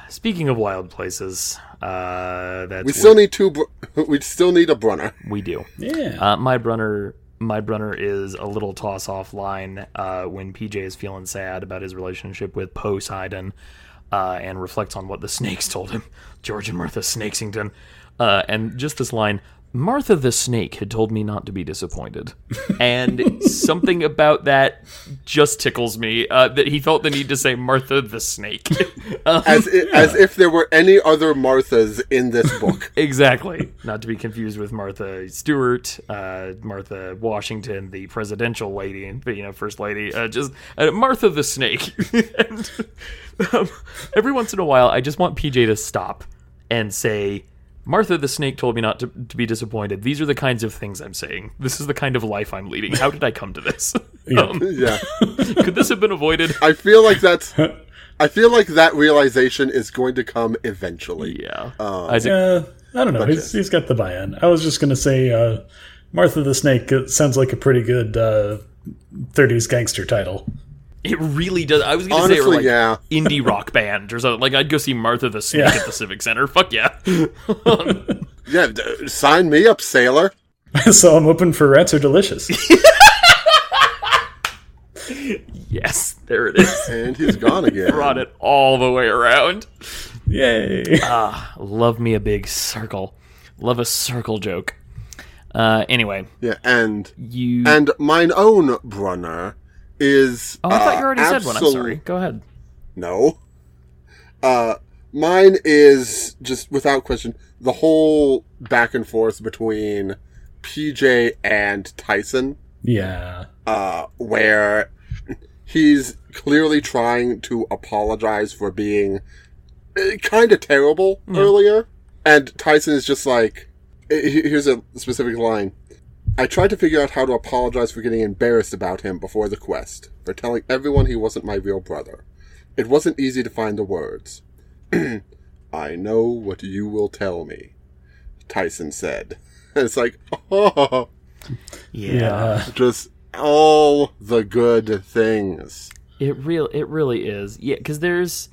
S2: speaking of wild places, uh, that's
S1: We still need two. Br- we still need a Brunner.
S2: what we do.
S3: yeah.
S2: Uh, my brunner, my brunner is a little toss off line uh, when PJ is feeling sad about his relationship with Poseidon, uh, and reflects on what the [laughs] snakes told him. George and Martha Snakesington, uh, and just this line. Martha the snake had told me not to be disappointed, and something about that just tickles me. Uh, that he felt the need to say Martha the snake. [laughs]
S1: as i as if there were any other Marthas in this
S2: [laughs]
S1: book.
S2: Exactly. Not to be confused with Martha Stewart, uh, Martha Washington, the presidential lady, but, you know, first lady. Uh, just uh, Martha the snake. [laughs] and, um, every once in a while, I just want PJ to stop and say, Martha the snake told me not to, to be disappointed. These are the kinds of things I'm saying. This is the kind of life I'm leading. How did I come to this? [laughs] Um,
S1: Yeah,
S2: could this have been avoided?
S1: I feel like that's. I feel like that realization is going to come eventually.
S2: Yeah. Isaac,
S3: Uh, I don't know. He's, he's got the buy-in. I was just gonna say, uh, Martha the Snake uh, sounds like a pretty good uh, '30s gangster title. [laughs]
S2: It really does. I was gonna say, or
S1: Honestly,
S2: like
S1: yeah.
S2: indie rock band or something. Like I'd go see Martha the Snake
S3: Yeah.
S2: at the Civic Center. Fuck yeah.
S1: Yeah, d- sign me up, sailor.
S3: so I'm open for rats are delicious.
S2: yes, there it is. [laughs]
S1: And he's gone again.
S2: Brought it all the way around.
S3: [laughs] Yay!
S2: Love me a big circle. Love a circle joke. Uh, anyway,
S1: Yeah, and
S2: you.
S1: and mine own Brunner is. uh,
S2: oh, I thought you already said one. I'm sorry. Go ahead.
S1: No. Uh, mine is just without question the whole back and forth between PJ and Tyson.
S3: yeah.
S1: uh, where he's clearly trying to apologize for being kind of terrible earlier. And Tyson is just like, eh, he- here's a specific line. I tried to figure out how to apologize for getting embarrassed about him before the quest, for telling everyone he wasn't my real brother. It wasn't easy to find the words. [clears throat] I know what you will tell me, Tyson said. [laughs] And it's like, oh,
S3: Yeah.
S1: just all the good things.
S2: It real it really is. Yeah, because there's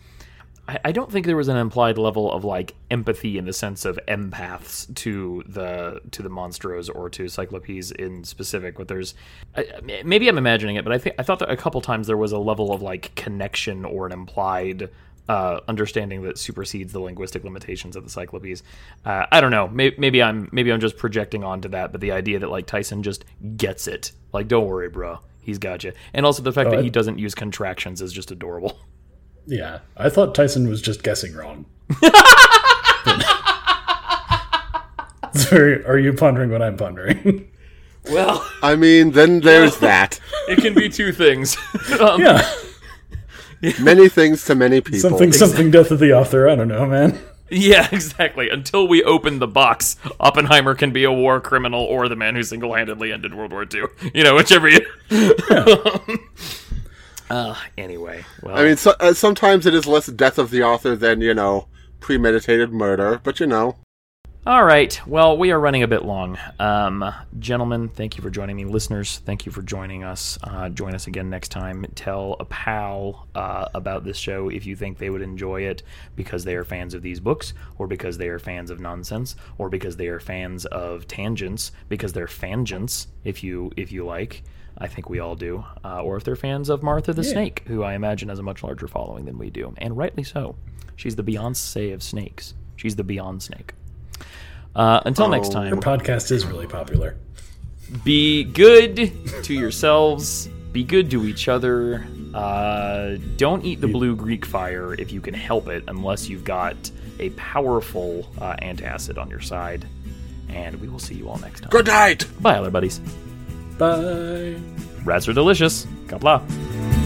S2: I, I don't think there was an implied level of like empathy in the sense of empaths to the to the monstros or to cyclopes in specific. But there's I, I- maybe I'm imagining it, but I think I thought that a couple times there was a level of like connection or an implied uh, understanding that supersedes the linguistic limitations of the Cyclopes. Uh, I don't know. Maybe, maybe I'm maybe I'm just projecting onto that, but the idea that like Tyson just gets it, like don't worry, bro, he's got you. And also the fact that
S3: I-
S2: he doesn't use contractions is just adorable. [laughs]
S3: Yeah, I thought Tyson was just guessing wrong. [laughs] so are are you pondering what I'm pondering? [laughs]
S2: Well,
S1: I mean, then there's that.
S2: it can be two things. [laughs] um,
S3: yeah,
S1: Many things to many people.
S3: something, something, death of the author. I don't know, man.
S2: Yeah, exactly. Until we open the box, Oppenheimer can be a war criminal or the man who single handedly ended World War II. You know, whichever you. [laughs] Um, uh, anyway, well,
S1: I mean, so, uh, sometimes it is less death of the author than, you know, premeditated murder, but you know.
S2: all right. Well, we are running a bit long. Um, gentlemen, thank you for joining me. Listeners, thank you for joining us. Uh, join us again next time. Tell a pal uh, about this show if you think they would enjoy it because they are fans of these books, or because they are fans of nonsense, or because they are fans of tangents, because they're fangents, if you if you like. I think we all do. Uh, or if they're fans of Martha the Snake, who I imagine has a much larger following than we do, and rightly so. She's the Beyonce of snakes. She's the Beyond Snake. Uh, until
S1: Oh.
S2: next time,
S3: Podcast is really popular.
S2: be good to yourselves. Be good to each other. Uh, don't eat the blue Greek fire if you can help it, unless you've got a powerful uh, antacid on your side. And we will see you all next time.
S1: Good night!
S2: Bye, other buddies.
S3: Bye.
S2: Rats are delicious. Kapla.